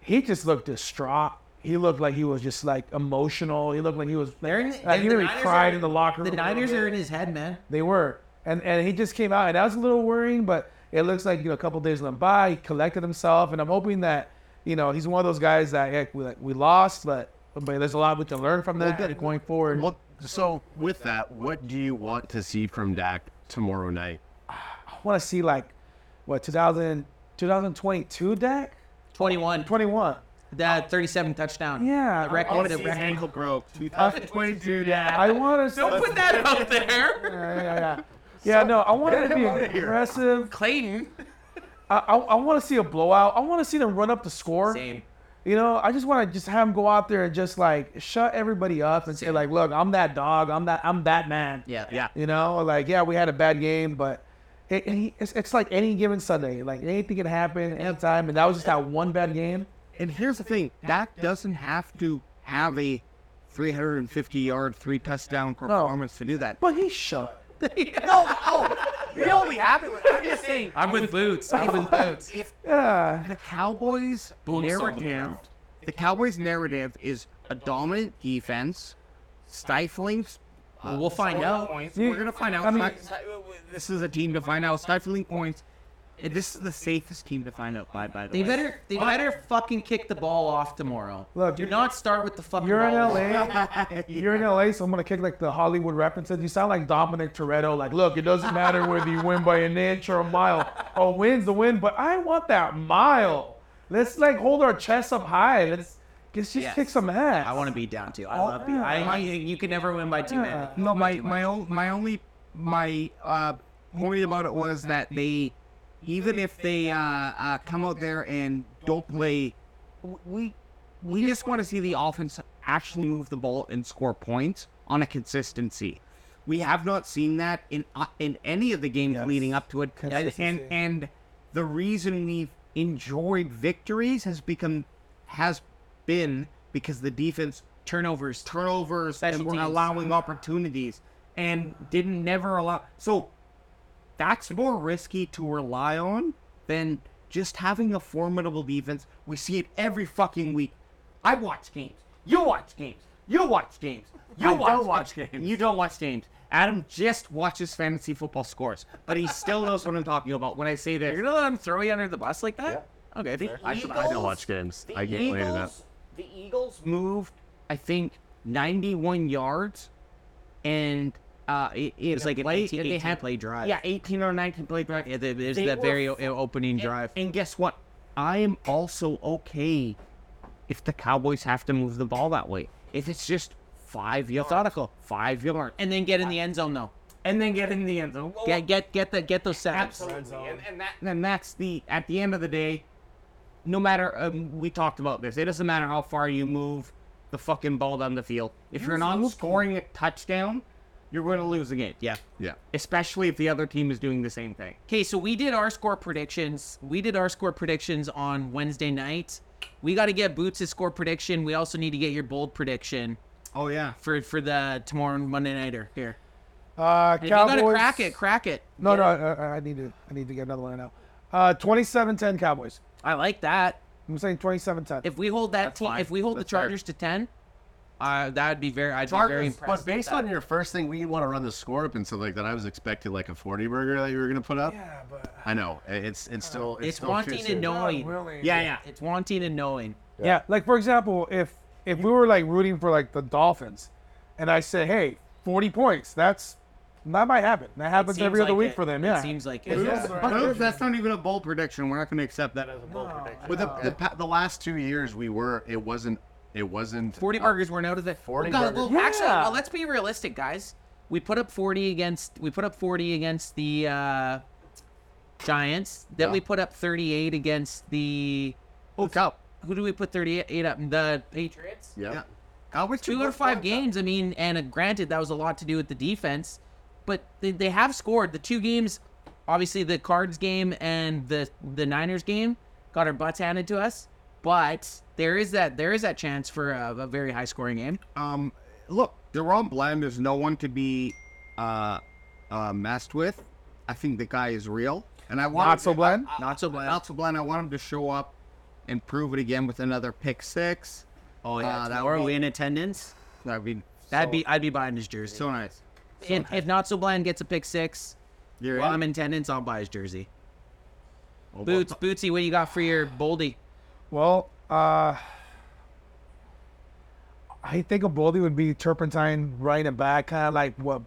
Speaker 3: he just looked distraught. He looked like he was just like emotional. He looked like he was
Speaker 1: They're in-
Speaker 3: like he
Speaker 1: the
Speaker 3: really
Speaker 1: Niners
Speaker 3: cried
Speaker 1: are-
Speaker 3: in the locker
Speaker 1: The
Speaker 3: room.
Speaker 1: Niners are in his head, man.
Speaker 3: They were, and and he just came out, and that was a little worrying. But it looks like you know a couple days went by. He collected himself, and I'm hoping that you know he's one of those guys that heck, we like, we lost, but but there's a lot we can learn from that
Speaker 2: good.
Speaker 3: going forward.
Speaker 2: Well, so with that, what do you want to see from Dak tomorrow night?
Speaker 3: I want to see like what 2000 2022 Dak
Speaker 1: 21.
Speaker 3: 21.
Speaker 1: That 37 touchdown.
Speaker 3: Yeah,
Speaker 1: The record. The record.
Speaker 4: ankle broke.
Speaker 5: Twenty-two, Dad.
Speaker 3: I want to.
Speaker 1: Don't put that out there.
Speaker 3: Yeah, yeah, yeah. Yeah, no, I want it to be aggressive.
Speaker 1: Clayton.
Speaker 3: I, I, I want to see a blowout. I want to see them run up the score.
Speaker 1: Same.
Speaker 3: You know, I just want to just have them go out there and just like shut everybody up and say
Speaker 1: Same.
Speaker 3: like, look, I'm that dog. I'm that. I'm that man.
Speaker 1: Yeah.
Speaker 4: Yeah.
Speaker 3: You know, like yeah, we had a bad game, but it, it- it's, it's like any given Sunday, like anything can happen any time, and that was just that one bad game.
Speaker 4: And here's the thing Dak doesn't have to have a 350 yard, three touchdown performance to do that.
Speaker 3: But he shut. (laughs)
Speaker 1: oh.
Speaker 4: You know what we have? I'm just saying.
Speaker 1: I'm with Boots. I'm with Boots.
Speaker 3: Yeah.
Speaker 4: the Cowboys
Speaker 1: Boots on the
Speaker 4: narrative,
Speaker 1: ground.
Speaker 4: the Cowboys narrative is a dominant defense, stifling. uh,
Speaker 1: We'll find out.
Speaker 4: Points.
Speaker 3: You-
Speaker 4: We're gonna find out.
Speaker 3: I mean-
Speaker 4: this is a team to find out stifling points. And this is the safest team to find out by. By the
Speaker 1: They
Speaker 4: way,
Speaker 1: better, they better fucking kick the ball off tomorrow.
Speaker 3: Look,
Speaker 1: do not start with the fucking.
Speaker 3: You're in
Speaker 1: ball.
Speaker 3: LA. You're in LA, so I'm gonna kick like the Hollywood references. You sound like Dominic Toretto. Like, look, it doesn't matter whether you win by an inch or a mile. A win's a win, but I want that mile. Let's like hold our chests up high. Let's, let's just
Speaker 1: Yes.
Speaker 3: kick some ass.
Speaker 1: I want to be down too. I love you. I, you- you can never win by two men.
Speaker 4: Oh, No, my my own, my only my uh, point about it was that they, even if they uh, uh, come out there and don't play, w- we we just want to see the offense actually move the ball and score points on a consistency. We have not seen that in uh, in any of the games
Speaker 3: Yes.
Speaker 4: leading up to it, and and,
Speaker 3: Consistency.
Speaker 4: and the reason we've enjoyed victories has become has been because the defense
Speaker 1: Turnovers.
Speaker 4: turnovers
Speaker 1: Special
Speaker 4: and we're
Speaker 1: teams.
Speaker 4: allowing opportunities and didn't never allow so that's more risky to rely on than just having a formidable defense we see it every fucking week i watch games you watch games you watch games you
Speaker 5: I
Speaker 4: watch,
Speaker 5: don't watch games.
Speaker 4: you don't watch games Adam just watches fantasy football scores, but he still knows what I'm talking about when I say this.
Speaker 1: You're gonna let him throw you under the bus like that? Okay.
Speaker 4: The
Speaker 1: fair.
Speaker 2: I should- I don't watch games. I get laid up.
Speaker 4: Eagles- The Eagles moved, I think, 91 yards, and uh, it, it
Speaker 1: It's like an
Speaker 4: play,
Speaker 1: 18,
Speaker 4: they
Speaker 1: 18
Speaker 4: had
Speaker 1: play drive.
Speaker 4: yeah 18 or 19 play drive.
Speaker 1: Yeah, there- there's
Speaker 4: They
Speaker 1: that
Speaker 4: were
Speaker 1: very o-
Speaker 4: f-
Speaker 1: opening drive.
Speaker 4: And, and guess what? I am also okay if the Cowboys have to move the ball that way. If it's just five yards, methodical, five yards, and,
Speaker 1: And then get in the end zone though.
Speaker 4: and then get in the end zone. Well,
Speaker 1: Get get get the get those sacks.
Speaker 4: Absolutely, and, and that and that's the at the end of the day, no matter um, we talked about this, it doesn't matter how far you move the fucking ball down the field. If you're not scoring a touchdown, you're going to lose a game.
Speaker 1: Yeah.
Speaker 2: Yeah.
Speaker 4: especially if the other team is doing the same thing.
Speaker 1: Okay, so we did our score predictions. We did our score predictions on Wednesday night. We got to get Boots' score prediction. We also need to get your bold prediction
Speaker 4: Oh yeah,
Speaker 1: for for the tomorrow and Monday nighter here.
Speaker 3: Uh,
Speaker 1: And if
Speaker 3: Cowboys.
Speaker 1: you gotta crack it, crack it.
Speaker 3: No, no, I, I- I need to. I need to get another one now. Uh, 27-10 Cowboys.
Speaker 1: I like that.
Speaker 3: I'm saying 27-10.
Speaker 1: If we hold that team,
Speaker 2: fine.
Speaker 1: if we hold
Speaker 2: That's
Speaker 1: the Chargers to ten, uh, that'd be very. I'd be very
Speaker 2: Chargers,
Speaker 1: impressed.
Speaker 2: but based on your first thing, we want to run the score up and stuff like that. I was expecting like a forty burger that you were gonna put up.
Speaker 3: yeah, but
Speaker 2: I know it's it's still it's,
Speaker 1: It's
Speaker 2: still too
Speaker 1: wanting
Speaker 2: soon.
Speaker 1: and knowing.
Speaker 3: really.
Speaker 4: yeah, yeah.
Speaker 1: It's wanting and knowing.
Speaker 3: Yeah. Like for example, if if we were like rooting for like the Dolphins, and I say, hey, 40 points. That's that might happen. That happens
Speaker 1: Seems
Speaker 3: every other
Speaker 1: like
Speaker 3: week
Speaker 1: it.
Speaker 3: for them.
Speaker 1: It
Speaker 3: Yeah.
Speaker 1: seems like it.
Speaker 3: It's
Speaker 1: Yeah.
Speaker 3: also-
Speaker 4: But that's not even a bold prediction. We're not going to accept that as a bold prediction.
Speaker 2: But the, the, pa- the last two years, we were it wasn't it wasn't
Speaker 1: Forty burgers weren't out of the.
Speaker 2: 40
Speaker 1: Well, God,
Speaker 2: Oh. burgers.
Speaker 1: well, Actually,
Speaker 3: Yeah.
Speaker 1: uh, let's be realistic, guys. We put up forty against. We put up forty against the uh, Giants. Then
Speaker 2: Yeah.
Speaker 1: we put up thirty-eight against the.
Speaker 4: Oh, cow.
Speaker 1: Who do we put thirty-eight up? The Patriots.
Speaker 2: Yeah.
Speaker 4: Yeah. Cowboys
Speaker 1: two out of five games. I mean, and uh, granted, that was a lot to do with the defense, but they, they have scored the two games. Obviously, the Cards game and the the Niners game got our butts handed to us, but there is that there is that chance for a, a very high scoring game.
Speaker 4: um, look, Jerome Bland is no one to be uh, uh, messed with. I think the guy is real, and I
Speaker 3: (laughs)
Speaker 4: want
Speaker 3: Not so bland.
Speaker 1: Not so bad.
Speaker 4: Not so Bland. I want him to show up and prove it again with another pick six.
Speaker 1: Oh
Speaker 4: yeah, tomorrow we
Speaker 1: in attendance.
Speaker 4: That'd be
Speaker 1: That'd
Speaker 4: so,
Speaker 1: be I'd be buying his jersey.
Speaker 4: so nice.
Speaker 1: if, if not so bland gets a pick six,
Speaker 4: You're
Speaker 1: while
Speaker 4: in.
Speaker 1: I'm in attendance, I'll buy his jersey.
Speaker 4: Oh,
Speaker 1: Boots,
Speaker 4: well,
Speaker 1: Bootsy, what you got for your boldy?
Speaker 3: Well, uh, I think a Boldy would be Turpentine right and back, kind of like what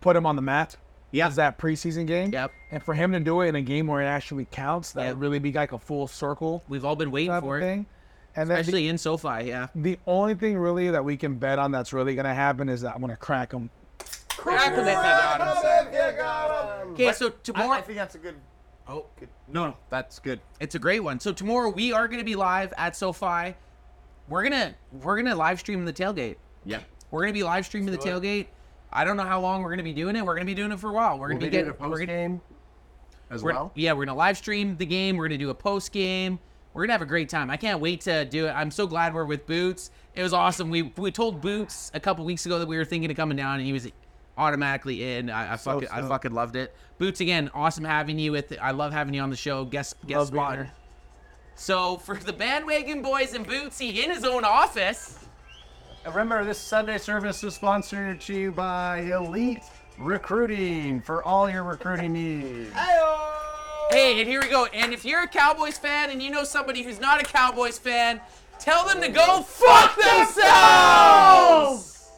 Speaker 3: put him on the map.
Speaker 4: Yeah.
Speaker 3: Is that preseason game?
Speaker 1: Yep.
Speaker 3: And for him to do it in a game where it actually counts, that
Speaker 1: Yep.
Speaker 3: would really be like a full circle
Speaker 1: We've all been waiting
Speaker 3: type
Speaker 1: for
Speaker 3: of
Speaker 1: it,
Speaker 3: thing. And then the,
Speaker 1: especially in SoFi. Yeah,
Speaker 3: the only thing really that we can bet on that's really gonna happen is that I'm gonna crack him.
Speaker 1: Okay, so tomorrow
Speaker 4: I think that's a good. Oh, good. no, no, that's good.
Speaker 1: It's a great one. So tomorrow we are going to be live at SoFi. We're gonna we're gonna live stream the tailgate.
Speaker 2: yeah.
Speaker 1: We're gonna be live streaming the tailgate. I don't know how long we're gonna be doing it. We're gonna be doing it for a while. We're gonna
Speaker 2: We'll
Speaker 1: be
Speaker 2: be doing a
Speaker 1: getting we're
Speaker 2: post
Speaker 1: gonna,
Speaker 2: game as
Speaker 1: we're-
Speaker 2: well.
Speaker 1: yeah we're gonna live stream the game. We're gonna do a post game. We're gonna have a great time. I can't wait to do it. I'm so glad we're with Boots. It was awesome. We we told Boots a couple weeks ago that we were thinking of coming down, and he was automatically in. I, I fucking I
Speaker 3: stoked.
Speaker 1: fucking loved it. Boots again, awesome having you with. I love having you on the show. Guest guest
Speaker 3: Love being
Speaker 1: spot.
Speaker 3: here.
Speaker 1: So for the bandwagon boys and Bootsy in his own office.
Speaker 5: Remember, this Sunday service is sponsored to you by Elite Recruiting for all your recruiting needs.
Speaker 1: Hey, and here we go. And if you're a Cowboys fan and you know somebody who's not a Cowboys fan, tell them to go fuck themselves.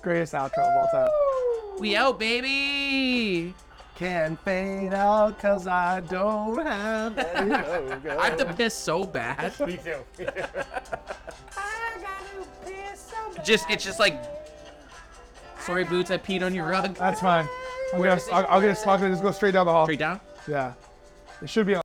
Speaker 3: Greatest outro of all time.
Speaker 1: We out, baby.
Speaker 5: Can't fade out because I don't have
Speaker 1: I have to piss so bad.
Speaker 5: Me too.
Speaker 1: Just it's just like. Sorry, Boots. I peed on your rug.
Speaker 3: That's fine. I'm gonna, I'll, I'll get a I'll just go straight down the hall.
Speaker 1: Straight down.
Speaker 3: Yeah. It should be.